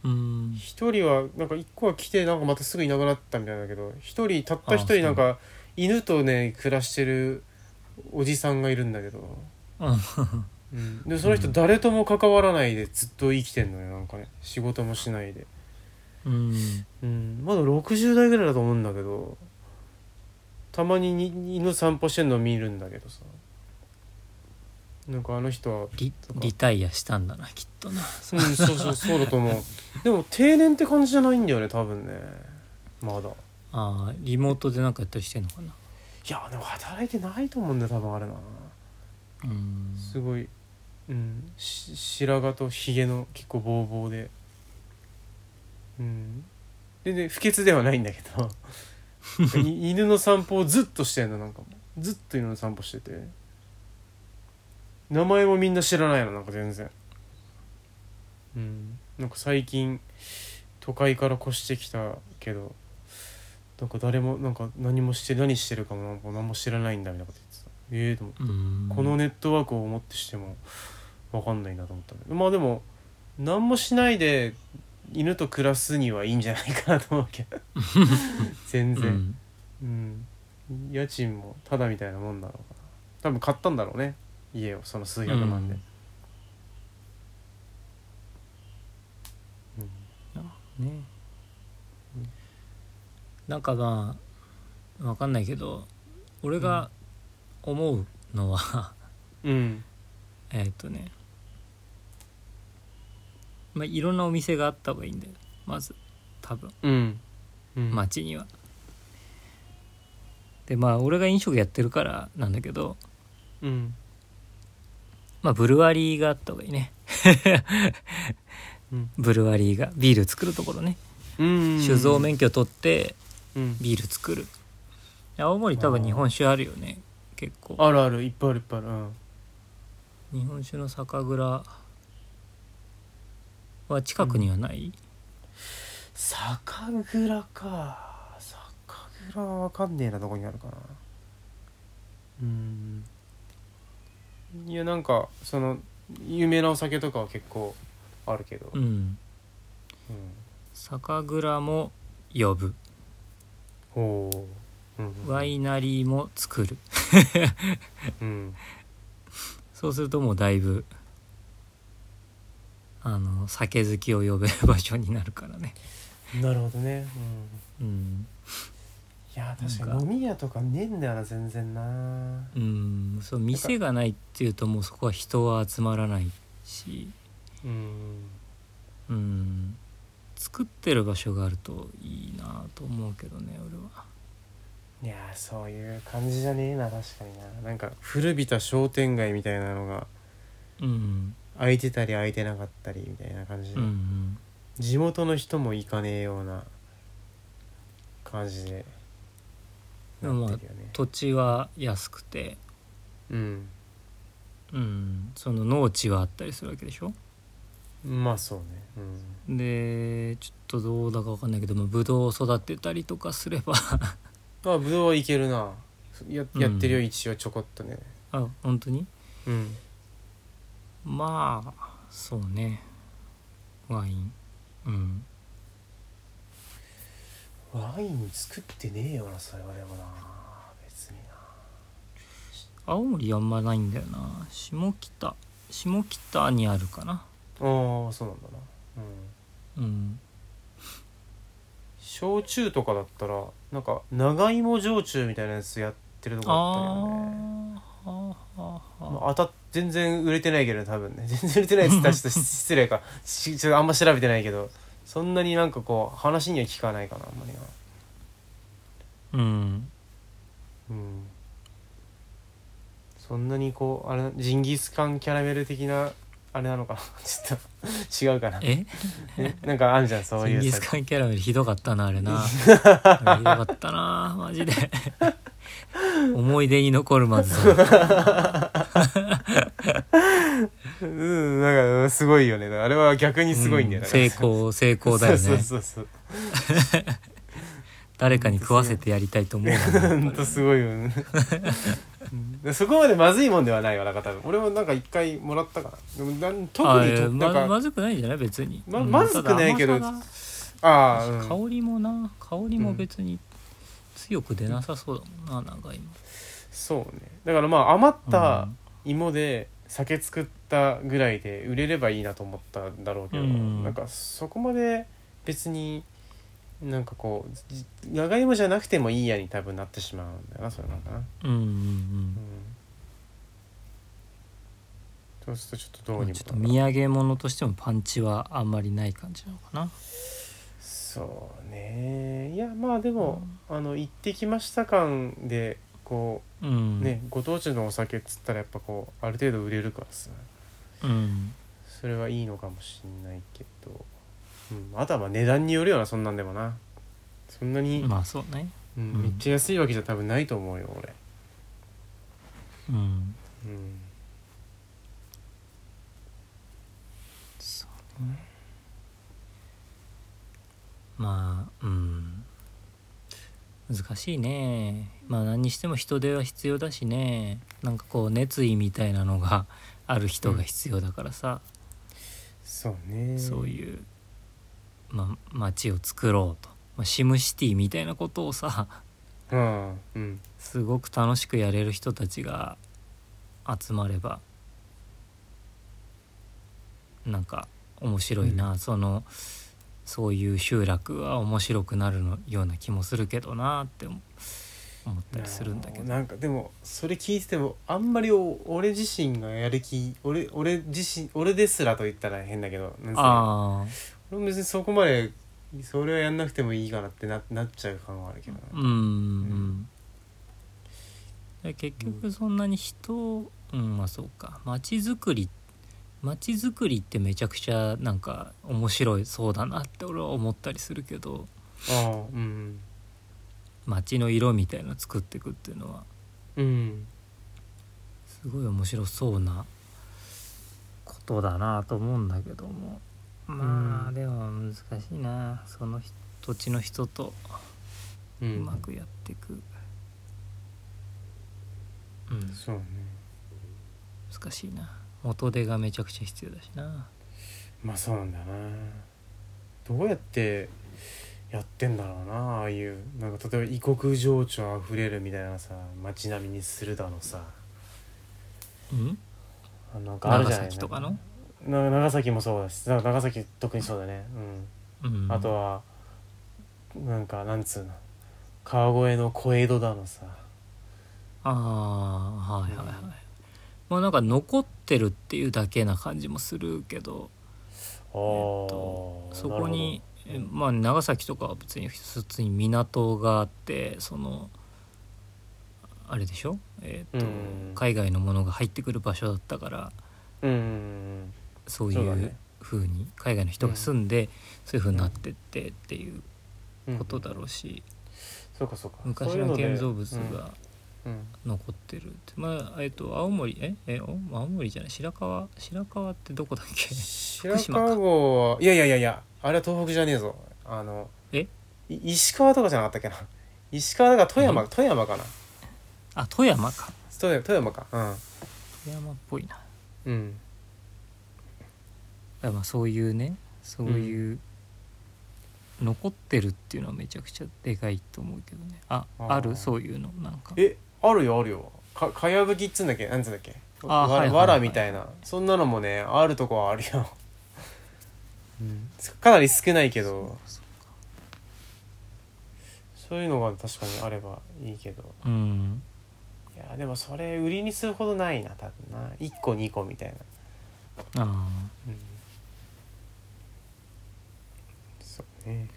うん一人はなんか一個は来てなんかまたすぐいなくなったみたいだけど一人たった一あ人そうなんか犬とね暮らしてるおじさんがいるんだけど、あうん、でその人誰とも関わらないでずっと生きてんのよなんかね仕事もしないでうんうん、まだ60代ぐらいだと思うんだけどたまにに犬散歩してんの見るんだけどさなんかあの人はリリタイアしたんだなきっとうなん <laughs> そうそうそうだと思う <laughs> でも定年って感じじゃないんだよね多分ねまだいあーリモートでなんかやったりしてんのかなやでも働いてないと思うんだよ多分あれなうんすごい、うん、し白髪とひげの結構ボーボーでうんでね不潔ではないんだけどい犬の散歩をずっとしてんのなんかもうずっと犬の散歩してて名前もみんな知らないのなんか全然うんなんか最近都会から越してきたけどなんか誰もなんか何もして何してるかもなんか何も知らないんだみたいなこと言ってたええー、と思ってうんこのネットワークをもってしても分かんないなと思ったんだけどまあでも何もしないで犬と暮らすにはいいんじゃないかなと思うけど全う然んうん、家賃もただみたいなもんだろうから多分買ったんだろうね家をその数百万で、うんねなんかまあわかんないけど俺が思うのは、 <laughs> うん、えーっとねまあいろんなお店があった方がいいんだよまず多分うんうん、街には。でまあ俺が飲食やってるからなんだけどうんまあブルワリーがあった方がいいね <laughs> うんブルワリーがビール作るところね、うん酒造免許取ってうんビール作る青森多分日本酒あるよね結構あるあるいっぱいあるいっぱいあるうん日本酒の酒蔵は近くにはない、酒蔵か酒蔵はわかんねえなどこにあるかなうんいやなんかその有名なお酒とかは結構あるけど、うん酒蔵も呼ぶうん、おーうんうんワイナリーも作るうんそうするともうだいぶあの酒好きを呼べる場所になるからねなるほどね、うん、うん、いや確かなんにか飲み屋とかねえんだよな全然なうん、そう店がないっていうともうそこは人は集まらないしうんうん作ってる場所があるといいなと思うけどね俺はいやーそういう感じじゃねえな確かにななんか古びた商店街みたいなのがうん空いてたり空いてなかったりみたいな感じで、うんうん地元の人も行かねえような感じででもまあなってるよね土地は安くて、うんうん、その農地はあったりするわけでしょまあそうねでちょっとどうだかわかんないけどもブドウを育てたりとかすればうんあぶどうはいけるなやうんやってるよ、一応ちょこっとねあ本当にうんまあそうねワインうんワイン作ってねえよなそれはでもな別にな青森あんまないんだよな下北下北にあるかなああそうなんだなうんうん焼酎とかだったらなんか長芋焼酎みたいなやつやってるとこあったよねあーはあはあはあまあ、当たっ全然売れてないけどね多分ね <laughs> 全然売れてないっつったらちょっと失礼か <laughs> しちょっとあんま調べてないけどそんなになんかこう話には聞かないかなあんまりなうんうんそんなにこうあれジンギスカンキャラメル的なあれなのかな <laughs> ちょっと違うかなええなんかあるじゃんそうジいうンギさスカンキャラメルひどかったなあ <laughs> れなあれひどかったなマジで思い出に残るま <laughs> ずそれうんなんかすごいよねあれは逆にすごいんだようね、成功成功だよねそうそうそう誰かに食わせてやりたいと思うもんそうねほんとすごいよねうんそこまでまずいもんではないわなんか多分俺もなんか一回もらったかなでもなん特あにれとなんかままずくないんじゃない別にまうんまずくないけどただ甘さああ、がうん、香りもな香りも別に強く出なさそうだもんな長芋そうねだからまあ余った芋で酒作ったぐらいで売れればいいなと思ったんだろうけど、うんなんかそこまで別になんかこうじ長芋じゃなくてもいいやに多分なってしまうんだよなそれなんかな、うん、うんうんうんそうするとちょっとどううんにまもあちょっと土産物としてもパンチはあんまりない感じなのかなそうねいやまあでも、あの行ってきました感でこうんうね、ご当地のお酒っつったらやっぱこうある程度売れるからさうんそれはいいのかもしんないけど、うん、あとはまあ値段によるよなそんなんでもなそんなに、まあそうねうんうんめっちゃ安いわけじゃ多分ないと思うよ俺、うんうん、そうねまあうん難しいねまあ何にしても人手は必要だしねなんかこう熱意みたいなのがある人が必要だからさ、そうねそういう、まあ、街を作ろうと、まあ、シムシティみたいなことをさ <laughs> ああうんすごく楽しくやれる人たちが集まればなんか面白いな、そのそういう集落は面白くなるのような気もするけどなって思思ったりするんだけどなんかでもそれ聞いててもあんまりお俺自身がやる気俺俺自身俺ですらと言ったら変だけどなんつうのああ俺も別にそこまでそれはやんなくてもいいかなってななっちゃう感はあるけどなうん、うん、で結局そんなに人をうんまあそうか街づくり街づくりってめちゃくちゃなんか面白いそうだなって俺は思ったりするけどああうん街の色みたいなの作っていくっていうのはうんすごい面白そうなことだなと思うんだけどもまうあんでも難しいなその土地の人とううんまくやっていく、うん、そうね難しいな元手がめちゃくちゃ必要だしなまあそうなんだよなどうやってやってんだろうなああいうなんか例えば異国情緒あふれるみたいなさ街並みにするだのさうんあなんかある長じゃない崎とかの、な長崎もそうだしな長崎特にそうだねうんうん、あとはなんかなんつうの川越の小江戸だのさああはいはいはい、まあなんか残ってるっていうだけな感じもするけどあえっーそこなるほどにえまあ長崎とかは別に普通に港があってそのあれでしょ、えーとうん海外のものが入ってくる場所だったからうんうんうんそうそういだうねふうに海外の人が住んで、そういうふうになってってっていううんことだろうし、そうかそうか昔の建造物そういうのでがうんうん残ってるってまあえっ、と青森ええお青森じゃない白川白川ってどこだっけ白島か川郷はいやいやいやいやあれは東北じゃねえぞあのえい石川とかじゃなかったっけな石川だから富山え富山かな <laughs> あ富山か富山富山か富山っぽいなうんうんだからまあそういうねそういう、残ってるっていうのはめちゃくちゃでかいと思うけどねあああーるそういうのなんかえあるよあるよかかやぶきっつうんだっけなんつうんだっけあわ,、はいはいはいわらみたいなそんなのもねあるとこはあるよ、うん、かなり少ないけどそういうのが確かにあればいいけどうんいやでもそれ売りにするほどないな多分な1個2個みたいなあうんそうねー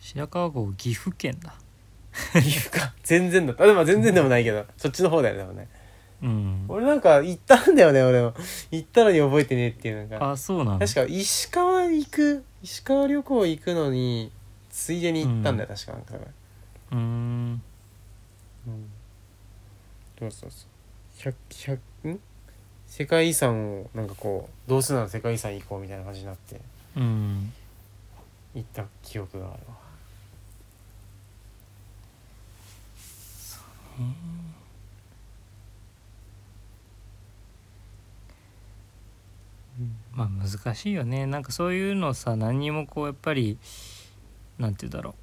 白川郷岐阜県だ岐阜か全然だったあでも全然でもないけどそっちの方だよね多分ねうん俺なんか行ったんだよね俺も行ったのに覚えてねえっていうのがあそうなの確か石川行く石川旅行行くのについでに行ったんだよ、確かなんか、うーんうん、そうそうそう100 100ん世界遺産をなんかこうどうするなら世界遺産行こうみたいな感じになってうん行った記憶があるわまあ難しいよねなんかそういうのさ何にもこうやっぱりなんて言うんだろ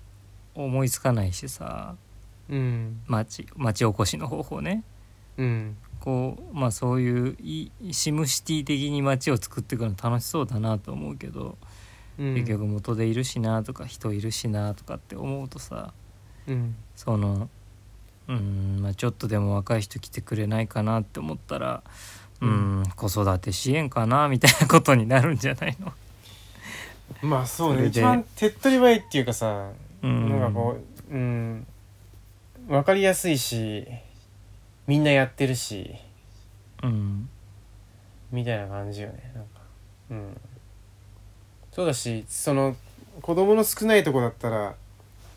う思いつかないしさうん町町おこしの方法ねうんこうまあそういういシムシティ的に町を作っていくの楽しそうだなと思うけど、うん結局元でいるしなとか人いるしなとかって思うとさうんそのうん、まあ、ちょっとでも若い人来てくれないかなって思ったらうん、子育て支援かなみたいなことになるんじゃないのまあそうそねれで一番手っ取り早いっていうかさ、うんなんかこううん分かりやすいしみんなやってるしうんみたいな感じよねなんかうんそうだしその子供の少ないとこだったら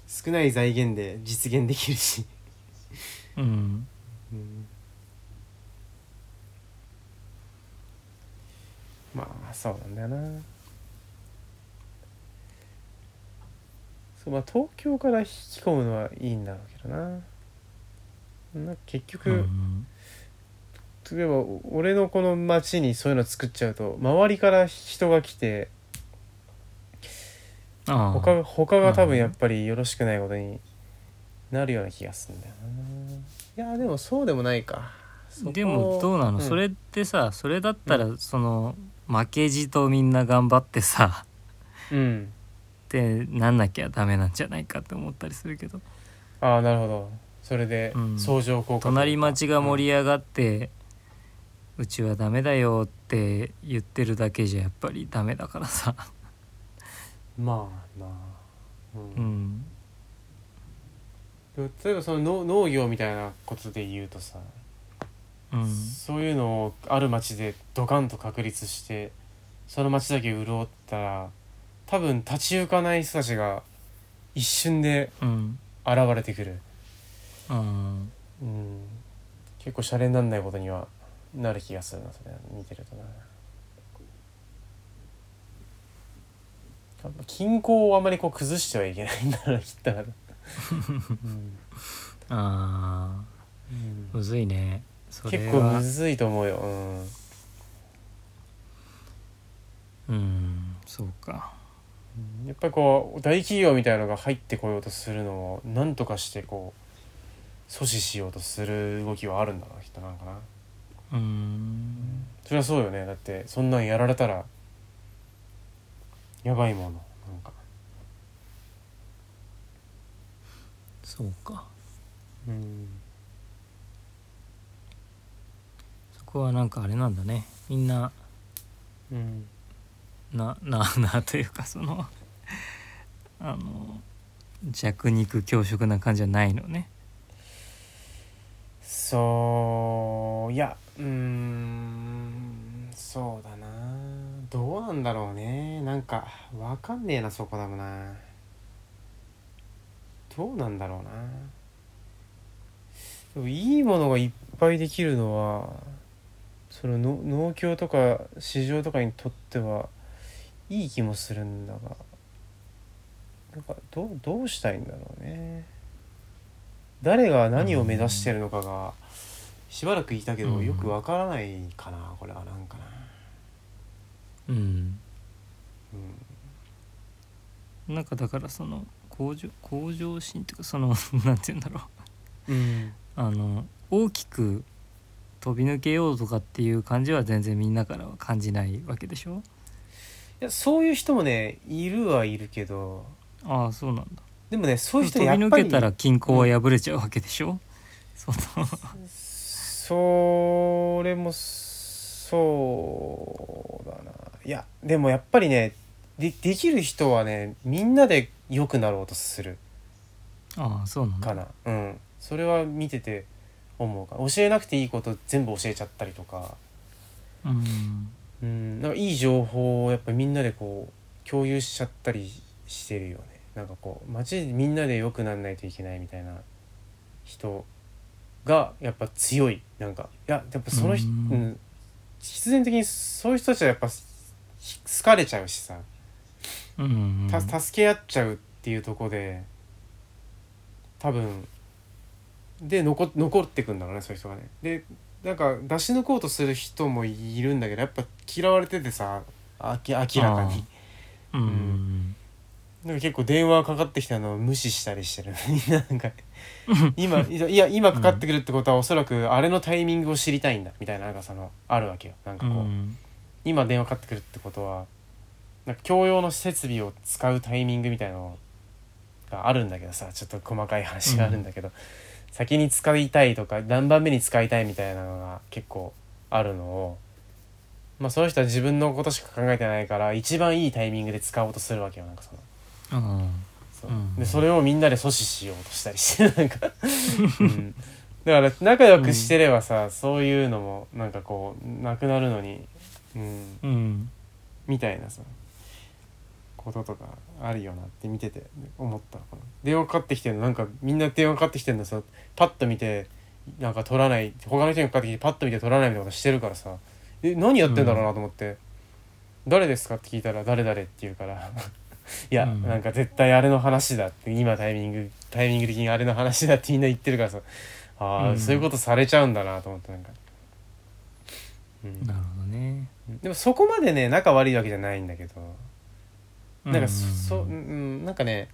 少ない財源で実現できるし、うんうん、まあそうなんだよなそうまあ東京から引き込むのはいいんだろうけどななんか結局、うん例えばお俺のこの町にそういうの作っちゃうと周りから人が来てあ他あが他が多分やっぱりよろしくないことになるような気がするんだよないやでもそうでもないかそこでもどうなの、んそれってさそれだったらその負けじとみんな頑張ってさ <laughs> うんってなんなきゃダメなんじゃないかって思ったりするけどああなるほどそれでうん相乗効果、隣町が盛り上がって、うちはダメだよって言ってるだけじゃやっぱりダメだからさ、まあなうんうん、でも例えばその農農業みたいなことで言うとさ、うん、そういうのをある町でドカンと確立してその町だけ潤ったら多分立ち行かない人たちが一瞬でうん、現れてくる、うん、うん、結構シャレになんないことにはなる気がするなそれ見てるとなやっぱ均衡をあまりこう崩してはいけないんだなきっとな、うんあーむずいねそれ結構はむずいと思うよ、うん、うんそうかやっぱりこう大企業みたいなのが入ってこようとするのをなんとかしてこう阻止しようとする動きはあるんだなきっとなんかな、うんそれはそうよねだってそんなんやられたらやばいものなんか、そうかうん、そこはなんかあれなんだねみんなうんなな <laughs> なというかそのあの弱肉強食な感じはないのねそういやうーんそうだなどうなんだろうねなんかわかんねえなそこだもなどうなんだろうなでもいいものがいっぱいできるのはそのの農協とか市場とかにとってはいい気もするんだがなんかどうどうしたいんだろうね誰が何を目指してるのかがしばらくいたけどうんよくわからないかなこれはなんかな、うんうん、なんかだからその向上向上心っていうかその <laughs> なんて言うんだろううん、あの大きく飛び抜けようとかっていう感じは全然みんなからは感じないわけでしょいやそういう人もねいるはいるけどああそうなんだでもねそういう飛人びやっ抜ぱけりたら均衡は破れちゃうわけでしょ、そのそれもそうだないやでもやっぱりねでできる人はねみんなで良くなろうとするああそうなんかだなうんそれは見てて思うか教えなくていいこと全部教えちゃったりとかうんうんなんかいい情報をやっぱみんなでこう共有しちゃったりしてるよねなんかこう街みんなで良くなんないといけないみたいな人がやっぱ強いなんかいややっぱその人、ううんん必然的にそういう人たちはやっぱひ好かれちゃうしさうんうたん助け合っちゃうっていうところで多分で残残ってくんだろうねそういう人がね。でなんか出し抜こうとする人もいるんだけどやっぱ嫌われててさあき明らかにうんうんなんか結構電話かかってきたのを無視したりしてる <laughs> みんななんか今いや今かかってくるってことはおそらくあれのタイミングを知りたいんだみたいななんかそのあるわけよなんかうこう、ん今電話かかってくるってことはなんか共用の設備を使うタイミングみたいのがあるんだけどさちょっと細かい話があるんだけど、先に使いたいとか何番目に使いたいみたいなのが結構あるのを、まあ、その人は自分のことしか考えてないから一番いいタイミングで使おうとするわけよなんかその。うんそううんでそれをみんなで阻止しようとしたりして <laughs> なんか、うんだから仲良くしてればさ、そういうのもなんかこうなくなるのに、うん、うんみたいなさこととかあるよなって見てて思ったこの電話かかってきてるのなんかみんな電話かかってきてるのさパッと見てなんか取らない他の人にかかってきてパッと見て取らないみたいなことしてるからさえ何やってんだろうなと思って「誰ですか?」って聞いたら「誰々」って言うから <laughs> いや、うんなんか絶対あれの話だって今タイミングタイミング的にあれの話だってみんな言ってるからさああ、うんそういうことされちゃうんだなと思ってなんか、うんなるほどねでもそこまでね仲悪いわけじゃないんだけどなんかそ,、ううんん、なんかね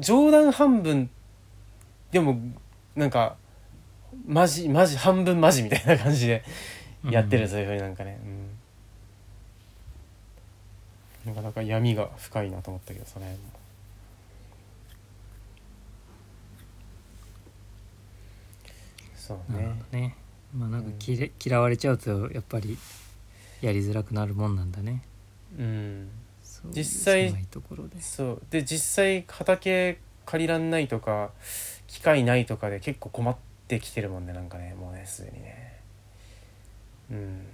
冗談半分でもなんかマジマジ半分マジみたいな感じでやってる、そういうふうになんかね、うん、なかなか闇が深いなと思ったけどその辺もそうなるねほどねまあなんかきれ嫌われちゃうとやっぱりやりづらくなるもんなんだねうんそういう実際狭いところでそうで実際畑借りらんないとか機械ないとかで結構困ってきてるもんねなんかねもうねすでにねうん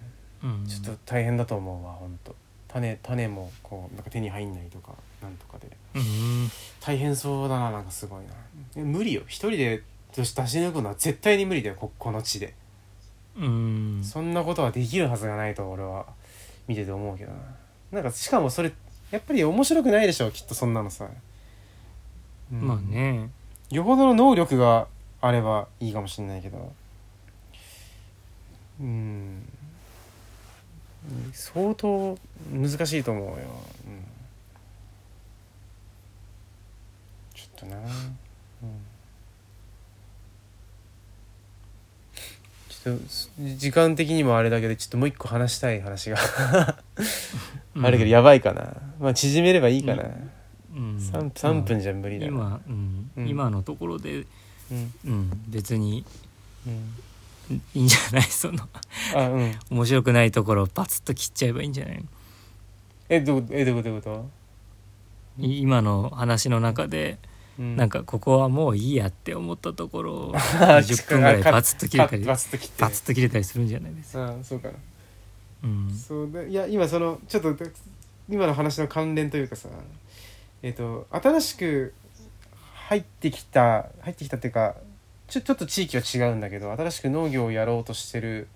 うんちょっと大変だと思うわほんと種種もこうなんか手に入んないとかなんとかでうん大変そうだななんかすごいなえ無理よ一人で出し抜くのは絶対に無理だよここの地で、うんそんなことはできるはずがないと俺は見てて思うけどななんかしかもそれやっぱり面白くないでしょきっとそんなのさ、うんまあねよほどの能力があればいいかもしれないけどうん相当難しいと思うよ、うん、ちょっとな、うん、ちょっとす時間的にもあれだけどちょっともう一個話したい話があるけどやばいかな、まあ縮めればいいかな、うん三 3, 3分じゃ無理だな、今、うんうん今のところで、うんうん、別にうん、いいんじゃないそのあうん面白くないところをバツッと切っちゃえばいいんじゃないのえどうえどういうことどういうことい今の話の中で、うんなんかここはもういいやって思ったところ <laughs> をあ10分ぐらいバツッと切れたりバツッと切ってバツッと切れたりするんじゃないですか、あそうかなうんそうだいや今そのちょっと今の話の関連というかさえっ、と新しく入ってきた入ってきたっていうかちょちょっと地域は違うんだけど新しく農業をやろうとしてる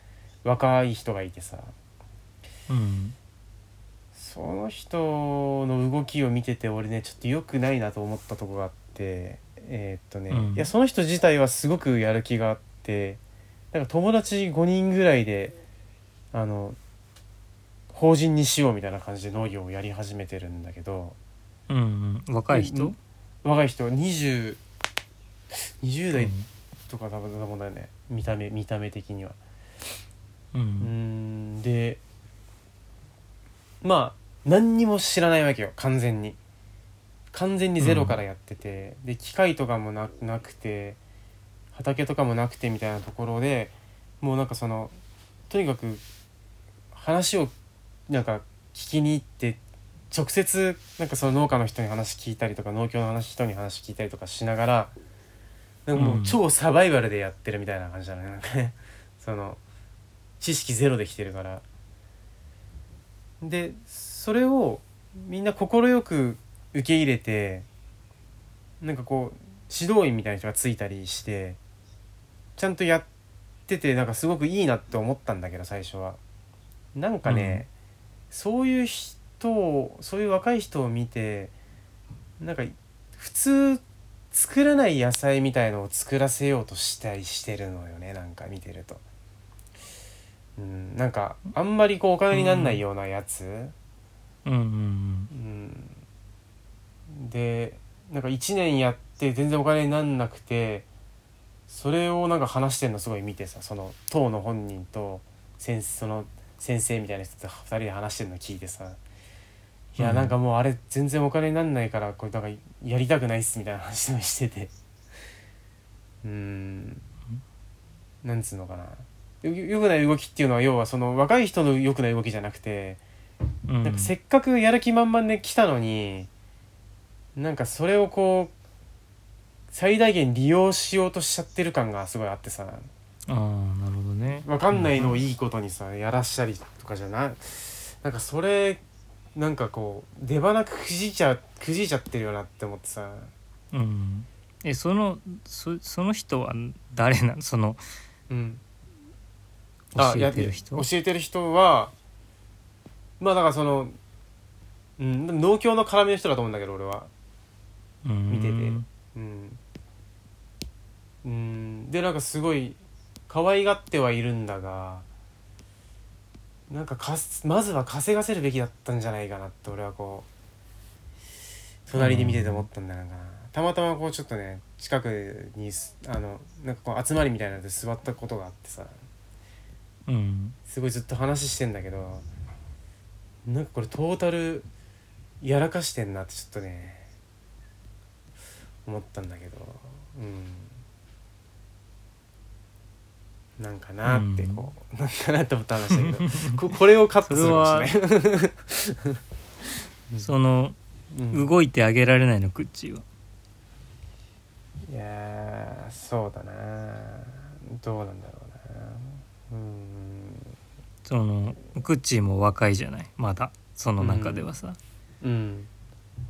若い人がいてさうんその人の動きを見てて俺ねちょっと良くないなと思ったとこがあってえーっとね、うんいやその人自体はすごくやる気があってなんか友達5人ぐらいであの法人にしようみたいな感じで農業をやり始めてるんだけどうんうん、若い人、うん若い人2020代うんとか多分だもんだよね見た目見た目的には。ううーんんでまあ何にも知らないわけよ完全に完全にゼロからやってて、で機械とかもななくて畑とかもなくてみたいなところでもうなんかそのとにかく話をなんか聞きに行って直接なんかその農家の人に話聞いたりとか農協の話人に話聞いたりとかしながらなんかもう超サバイバルでやってるみたいな感じだねなんかね <laughs> その知識ゼロできてるからでそれをみんな快く受け入れてなんかこう指導員みたいな人がついたりしてちゃんとやっててなんかすごくいいなって思ったんだけど最初は。なんかね、そういう人をそういう若い人を見てなんか普通作らない野菜みたいのを作らせようとしたりしてるのよねなんか見てると。うん、なんかあんまりこうお金になんないようなやつ、うんううんん、でなんか1年やって全然お金になんなくてそれをなんか話してるのすごい見てさその党の本人と先その先生みたいな人と2人で話してるの聞いてさ「いやうんなんかもうあれ全然お金になんないからこれなんかやりたくないっす」みたいな話もしててうんなんつうのかなよよくない動きっていうのは要はその若い人の良くない動きじゃなくてうんなんかせっかくやる気満々で来たのになんかそれをこう最大限利用しようとしちゃってる感がすごいあってさああなるほどね分かんないのをいいことにさやらしたりとかじゃないなんかそれなんかこう出花くじいちゃくじいちゃってるよなって思ってさうんえそのそその人は誰なのそのうん教えてる人あや教えてる人はまあだからそのうん、でも農協の絡みの人だと思うんだけど俺は見ててうんうん、うん、でなんかすごい可愛がってはいるんだがなんかかすまずは稼がせるべきだったんじゃないかなって俺はこう隣で見てて思ったんだなんかなたまたまこうちょっとね近くにすあのなんかこう集まりみたいなので座ったことがあってさうんすごいずっと話してんだけどなんかこれトータルやらかしてんなってちょっとね思ったんだけどうんなんかなってこう、なんかなって思った話だ <laughs> けどここれをカットするかもしれないそのうん動いてあげられないのクッチーはいやーそうだなどうなんだろうなうんそのクッチーも若いじゃないまだその中ではさ、うん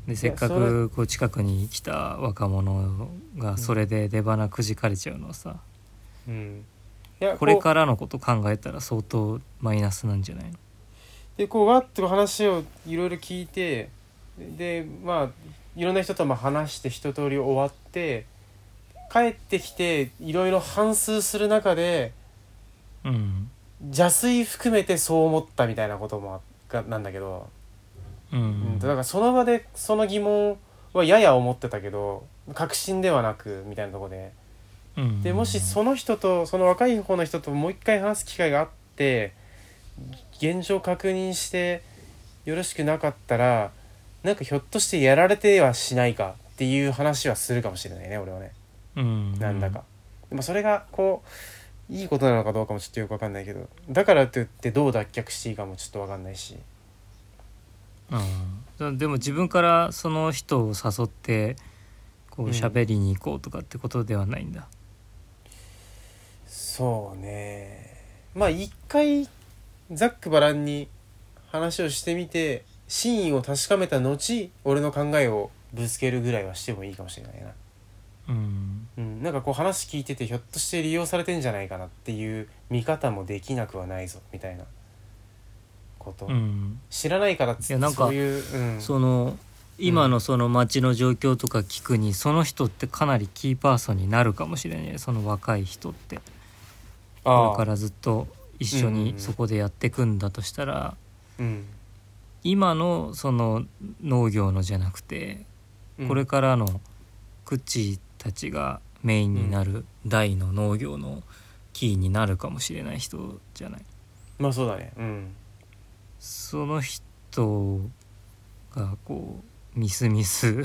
でせっかいやそくこう近くに来た若者がそれで出花くじかれちゃうのはさうんいやこれからのこと考えたら相当マイナスなんじゃないのでこうわって話をいろいろ聞いてでまあいろんな人とも話して一通り終わって帰ってきていろいろ反数する中でうん邪推含めてそう思ったみたいなこともあがなんだけど、うんうん、だからその場でその疑問はやや思ってたけど確信ではなくみたいなとこで。うんでもしその人とその若い方の人ともう一回話す機会があって現状確認してよろしくなかったらなんかひょっとしてやられてはしないかっていう話はするかもしれないね俺はねうんなんだか、まあ、それがこういいことなのかどうかもちょっとよくわかんないけどだからといってどう脱却していいかもちょっとわかんないしうん、でも自分からその人を誘ってこううん喋りに行こうとかってことではないんだ、そうねまあ一回ざっくばらんに話をしてみて真意を確かめた後俺の考えをぶつけるぐらいはしてもいいかもしれないな、うんうん、なんかこう話聞いててひょっとして利用されてんじゃないかなっていう見方もできなくはないぞみたいなこと、うん、知らないからっつっいてやなんかそういう、うん、その今のその街の状況とか聞くにその人ってかなりキーパーソンになるかもしれないねその若い人ってこあれあからずっと一緒にそこでやってくんだとしたら、うん今のその農業のじゃなくてうんこれからのクッチーたちがメインになる大の農業のキーになるかもしれない人じゃないまあそうだねうんその人がこうミスミス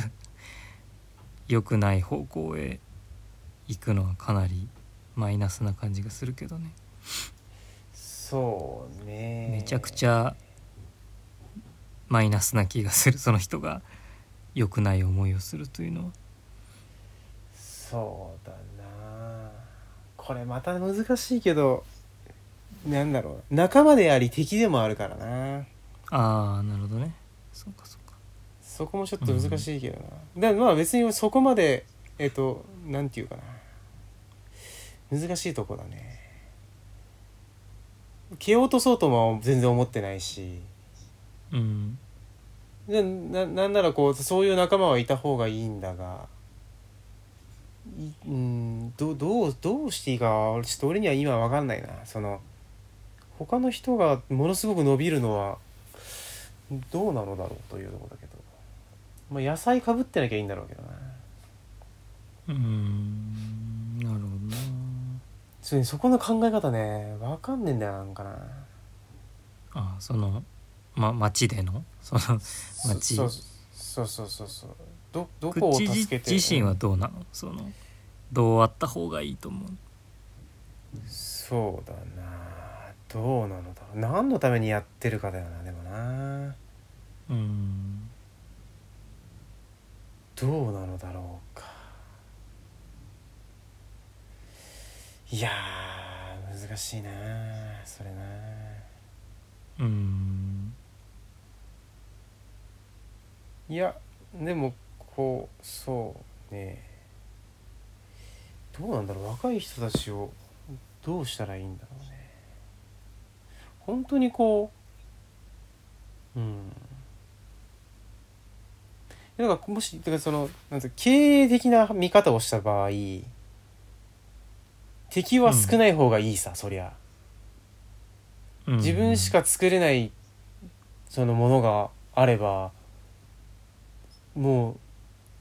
良くない方向へ行くのはかなりマイナスな感じがするけどねそうねめちゃくちゃマイナスな気がするその人が良くない思いをするというのはそうだなこれまた難しいけどなんだろう仲間であり敵でもあるからなああなるほどねそうかそうかそこもちょっと難しいけどな、でもまあ別にそこまでえっ、となんていうかな難しいとこだね蹴落とそうとも全然思ってないしうんでななんならこうそういう仲間はいた方がいいんだがいうんどどうどうしていいかはちょっと俺には今分かんないなその他の人がものすごく伸びるのはどうなのだろうというところだけど、まあ、野菜かぶってなきゃいいんだろうけどなうーんなるほどなそれそこの考え方ね分かんねえんだよなんかなあそのま町でのそのまあじそうそうそうそうそうどどこを口助自けて自身はどうなのそのどうあった方がいいと思うそうだなどうなのだろう何のためにやってるかだよなでもなうーんどうなのだろうかいやー難しいなそれなうーんいやでもこうそうねどうなんだろう若い人たちをどうしたらいいんだろうね本当にこううんでなんかもしだからそのなんていうの経営的な見方をした場合敵は少ない方がいいさ、そりゃうん自分しか作れないそのものがあればもう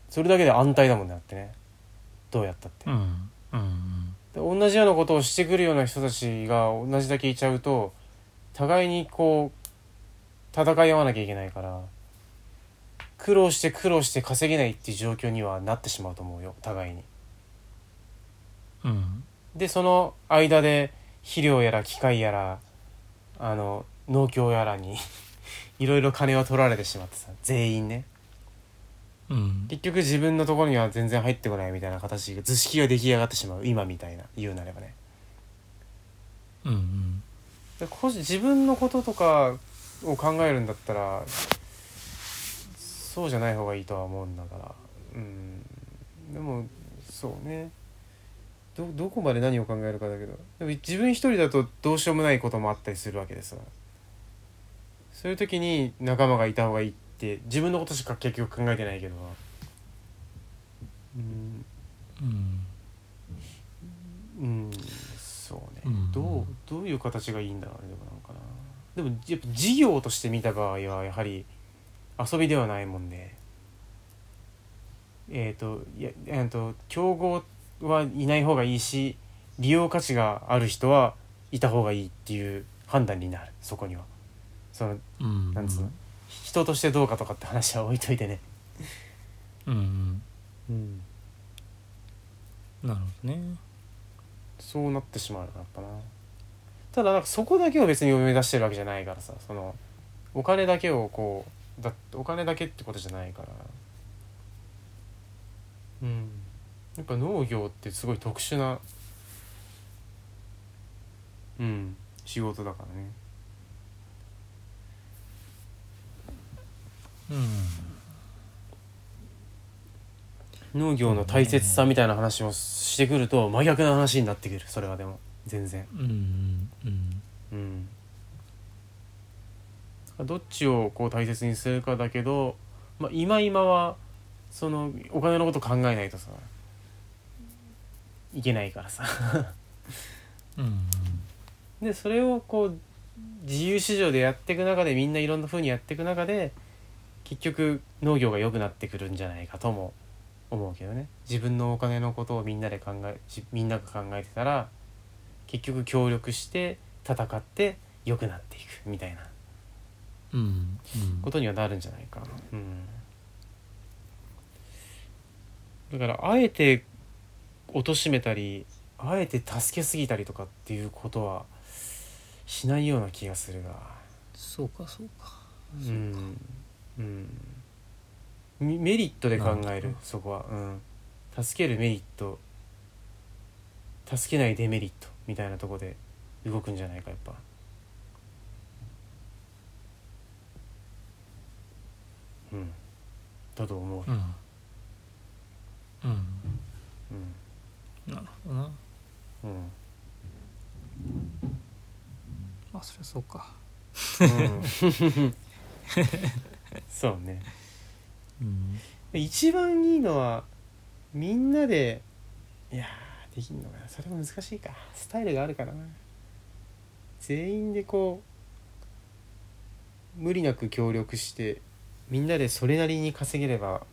それだけで安泰だもんねだってねどうやったってう。んうんで同じようなことをしてくるような人たちが同じだけいちゃうと互いにこう戦い合わなきゃいけないから苦労して苦労して稼げないっていう状況にはなってしまうと思うよ互いに。うんでその間で肥料やら機械やらあの農協やらに <laughs> いろいろ金を取られてしまってさ全員ねうん結局自分のところには全然入ってこないみたいな形で図式が出来上がってしまう今みたいな言うなればね。うんうんで個人自分のこととかを考えるんだったらそうじゃない方がいいとは思うんだからうんでもそうねどどこまで何を考えるかだけどでも自分一人だとどうしようもないこともあったりするわけでさそういう時に仲間がいた方がいいって自分のことしか結局考えてないけどうんううんんそうね、うんどうどういう形がいいんだろうねでもなんかなでもやっぱ事業として見た場合はやはり遊びではないもんでえっ、といやえー、と競合はいない方がいいし利用価値がある人はいた方がいいっていう判断になるそこにはそのうんなんつうの人としてどうかとかって話は置いといてねうんうんうんなるほどねそうなってしまうよなやっぱなただなんかそこだけを別に目指してるわけじゃないからさそのお金だけをこうだお金だけってことじゃないからうんやっぱ農業ってすごい特殊なうん仕事だからねうん農業の大切さみたいな話をしてくると真逆な話になってくるそれはでも全然うんうんうん、どっちをこう大切にするかだけど、まあ、今今はそのお金のこと考えないとさいけないからさ <laughs> うんうんでそれをこう自由市場でやっていく中でみんないろんな風にやっていく中で結局農業が良くなってくるんじゃないかとも思うけどね自分のお金のことをみんなで考えじみんなが考えてたら結局協力して戦って良くなっていくみたいなうんうんことにはなるんじゃないかな、うん、だからあえて貶としめたりあえて助けすぎたりとかっていうことはしないような気がするがそうかそうかうん、うん、みメリットで考なえるほるどそこは、うん、助けるメリット助けないデメリットみたいなとこで動くんじゃないかやっぱうんだと思う、うんううんんなるほどなうんまあそりゃそうかうん <laughs> そうねうん一番いいのはみんなでいやーできんのかなそれも難しいかスタイルがあるからな全員でこう無理なく協力してみんなでそれなりに稼げれば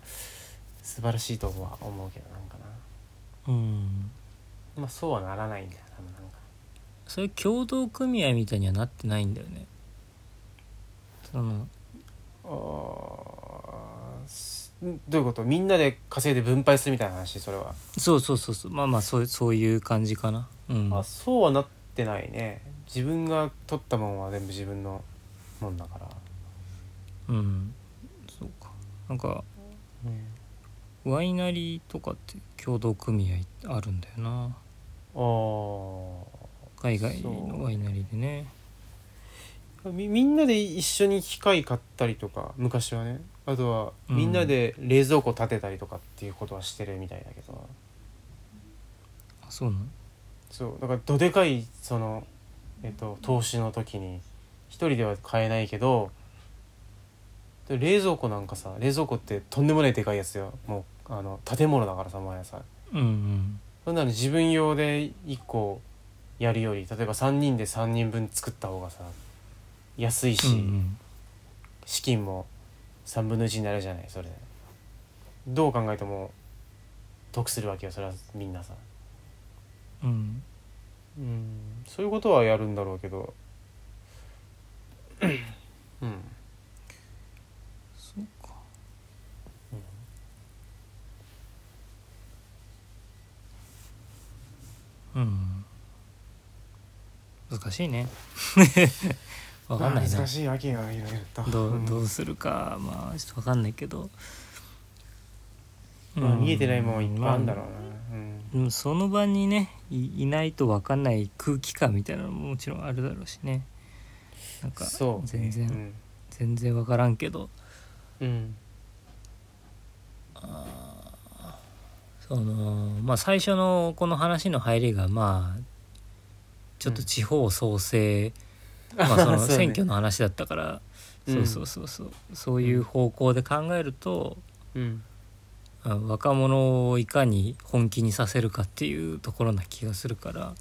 素晴らしいとは思うけどなんかなうんまあそうはならないんだよ多分なんかそれ共同組合みたいにはなってないんだよねそのあーすどういうことみんなで稼いで分配するみたいな話それは、そうそうそうそうまあまあそうそういう感じかなうんあそうはなってないね自分が取ったもんは全部自分のもんだからうんそうかなんかワイナリーとかって共同組合あるんだよなあ海外のワイナリーでねあみみんなで一緒に機械買ったりとか昔はねあとはうんみんなで冷蔵庫建てたりとかっていうことはしてるみたいだけど、あそうなのそうだからどでかいその、えっと、投資の時に一人では買えないけどで冷蔵庫なんかさ冷蔵庫ってとんでもないでかいやつよもうあの建物だからさ毎朝うんそんなの自分用で1個やるより例えば3人で3人分作った方がさ安いし、うんうん資金も3分の1になるじゃないそれでどう考えても得するわけよそれはみんなさうんうんそういうことはやるんだろうけ <clears throat> どうんそうかうん難しい <laughs> ねわかんなまあいな難しいわけがいろいろとどううんどうするかまあちょっとわかんないけど、まあ見えてないもんいっぱいあるんだろうまな、うんあうんその場にねいいないとわかんない空気感みたいなのももちろんあるだろうしねなんかそう全然、うん全然わからんけどうんそのまあ最初のこの話の入りがまあちょっと地方創生、まあそ <laughs> のそうね選挙の話だったからそう,、うんそうそうそうそういう方向で考えると、うんあ若者をいかに本気にさせるかっていうところな気がするから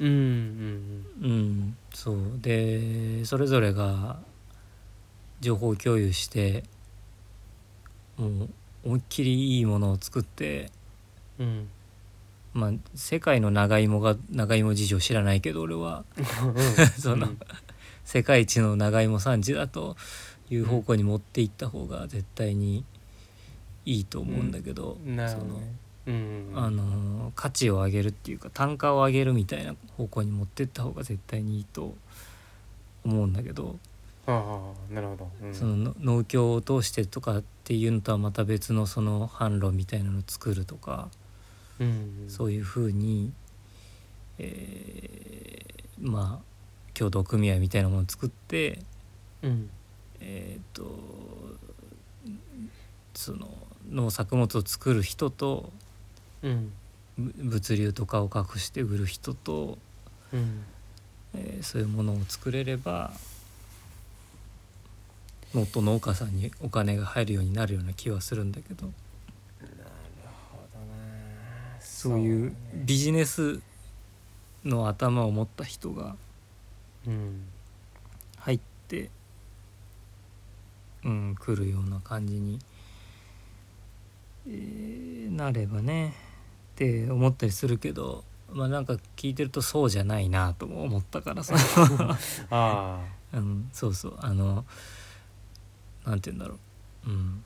うんうんうんそうでそれぞれが情報共有してもう思いっきりいいものを作ってうんうんまあ世界の長芋が長芋事情知らないけど俺は <laughs> その、世界一の長芋産地だという方向に持っていった方が絶対にいいと思うんだけど、うん、なるそほどのねうんあの価値を上げるっていうか単価を上げるみたいな方向に持ってった方が絶対にいいと思うんだけど、はあはあなるほど、うん、そのの農協を通してとかっていうのとはまた別のその販路みたいなのを作るとか、うんそういうふうに、えーまあ協同組合みたいなものを作ってうんえー、とその農作物を作る人とうんぶ物流とかを隠して売る人と、うんえーそういうものを作れればもっと農家さんにお金が入るようになるような気はするんだけどそういうビジネスの頭を持った人がうん入って、うん、来るような感じに、えーなればねって思ったりするけどまあなんか聞いてるとそうじゃないなとも思ったからさ、ああうん、そうそうあのなんて言うんだろう、うん、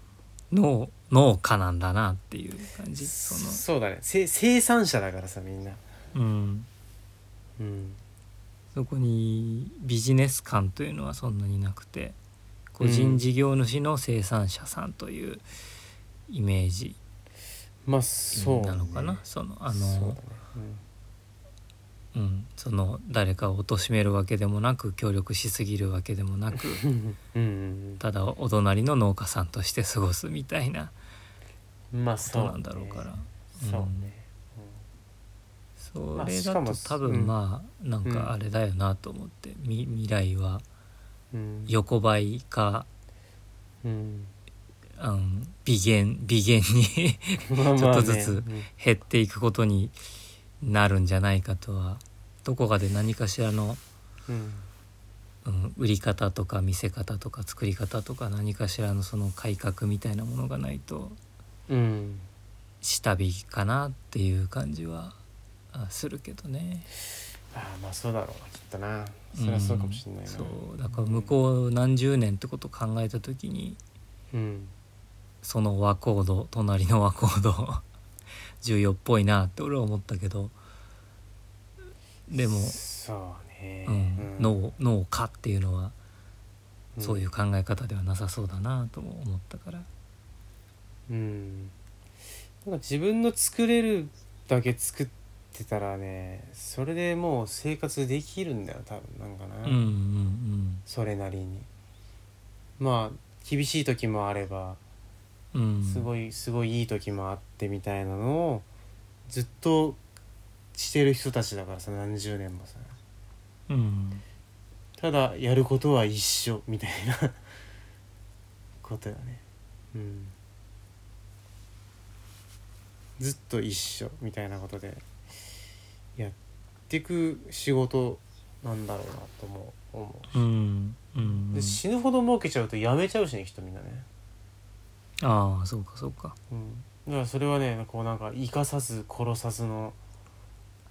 農農家なんだなっていう感じそそそうだねせ生産者だからさみんなの、うん、うんそこにビジネス感というのはそんなになくて個人事業主の生産者さんというイメージまあそうなのかな、そのあそうだのね、うんう、ん、その誰かを貶めるわけでもなく協力しすぎるわけでもなくうんうんただお隣の農家さんとして過ごすみたいなうんまあこそうとなんだろうからねそうね、そまあれしかだもと多分まあなんかあれだよなと思ってみ未来はうん、横ばいか、うん、うん、微減微減に <laughs> まあまあねちょっとずつうん減っていくことになるんじゃないかとはどこかで何かしらの、うんうん、売り方とか見せ方とか作り方とか何かしらのその改革みたいなものがないとうん下火かなっていう感じはあするけどね。ああまあそうだろうなきっとなそれはそうかもしれないな、うんそうだから向こう何十年ってことを考えた時にうんその和コード隣の和コード <laughs> 重要っぽいなって俺は思ったけどでも、そうね、うん、うん農農家っていうのはそういう考え方ではなさそうだなとも思ったから、うんなんか自分の作れるだけ作ってたらねそれでもう生活できるんだよ多分なんかな、うん、うんそれなりにまあ厳しい時もあればうんうんすいごいすごいいい時もあってみたいなのをずっとしてる人たちだからさ何十年もさうん <laughs> ただやることは一緒みたいなこことよねうんずっと一緒みたいなことでやってく仕事なんだろうなとも思ううんうんで死ぬほど儲けちゃうと辞めちゃうしね人みんなね、ああそうかそうかうん、だからそれはねこうなんか生かさず殺さずの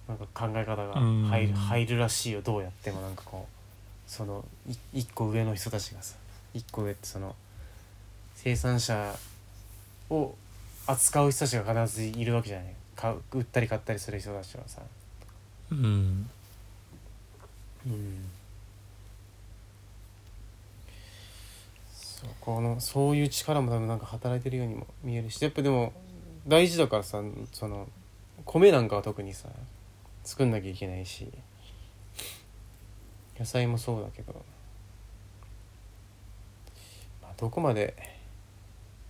なんか考え方が入うんる入るらしいよどうやってもなんかこうそのい一個上の人たちがさ一個上ってその生産者を扱う人たちが必ずいるわけじゃない買う売ったり買ったりする人たちはさ、うんうんそこのそういう力も多分なんか働いてるようにも見えるしやっぱでも大事だからさその米なんかは特にさ作んなきゃいけないし野菜もそうだけど、まあ、どこまで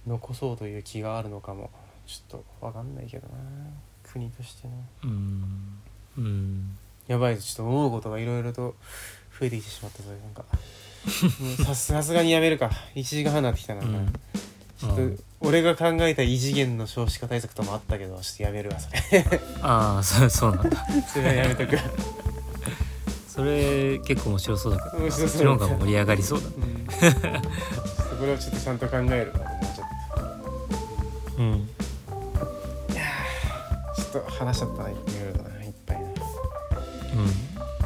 残そうという気があるのかもちょっと分かんないけどな国としてな。うんうんやばいちょっと思うことがいろいろと増えてきてしまったぞなんかもう <laughs> さすさすがにやめるか1時間半になってきたな、うんちょっとうん俺が考えた異次元の少子化対策ともあったけどちょっとやめるわそれああそう <laughs> そうなんだそれはやめとく、それ結構面白そうだけど面な白そうそっちの方が盛り上がりそうだうん、ちょっとこれをちょっとちゃんと考えるわもうちょうんっとちょっと話しちゃったないろいろとないっぱいなう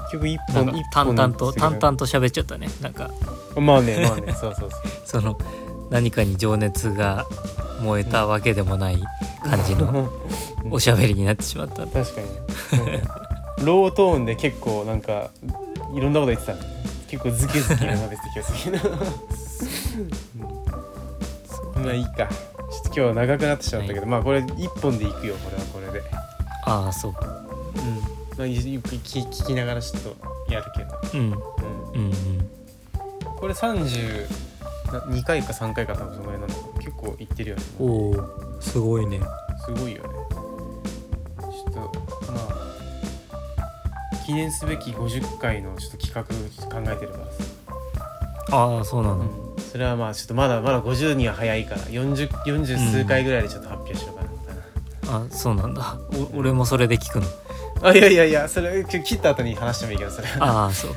結局一ん本なん一か淡本々と淡々々と喋っちゃったねなんかまあねまあねそうそうそうその何かに情熱が燃えたわけでもない感じのうんおしゃべりになってしまった確かにねロートーンで結構なんかいろんなこと言ってたね結構ズキズキなの出てきますけど <laughs> まあいいかちょっと今日は長くなってしまったけど、まあこれ一本でいくよこれはこれでああそうかまあゆゆっくり聞聞きながらちょっとやるけど、うんうんこれ32回か3回か多分そのぐらいなんだけど結構いってるよねうんおおすごいねすごいよねちょっとまあ記念すべき50回のちょっと企画考えてるからさ、ああそうなのそれはまあちょっとまだまだ50には早いから 40, 40数回ぐらいでちょっと発表しようかなみたいな、あそうなんだお俺もそれで聞くのあいやいやいやそれき切った後に話してもいいけどそれ <laughs> はああそう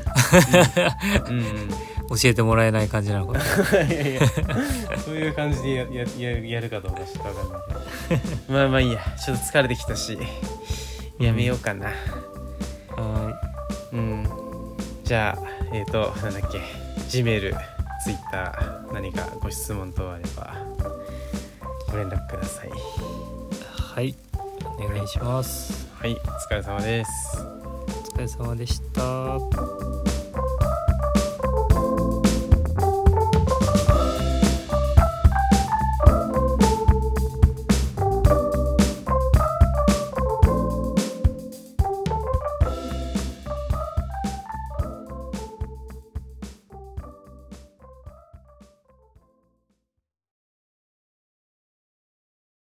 うんうん教えてもらえない感じなのかないやいやそういう感じでややややるかどうかちょっと分かんないけどまあまあいいやちょっと疲れてきたしやめようかな <laughs> はうん、じゃあえっ、となんだっけ G メール Twitter 何かご質問等あればご連絡くださいーいはいお願いしますはいお疲れ様ですお疲れ様でした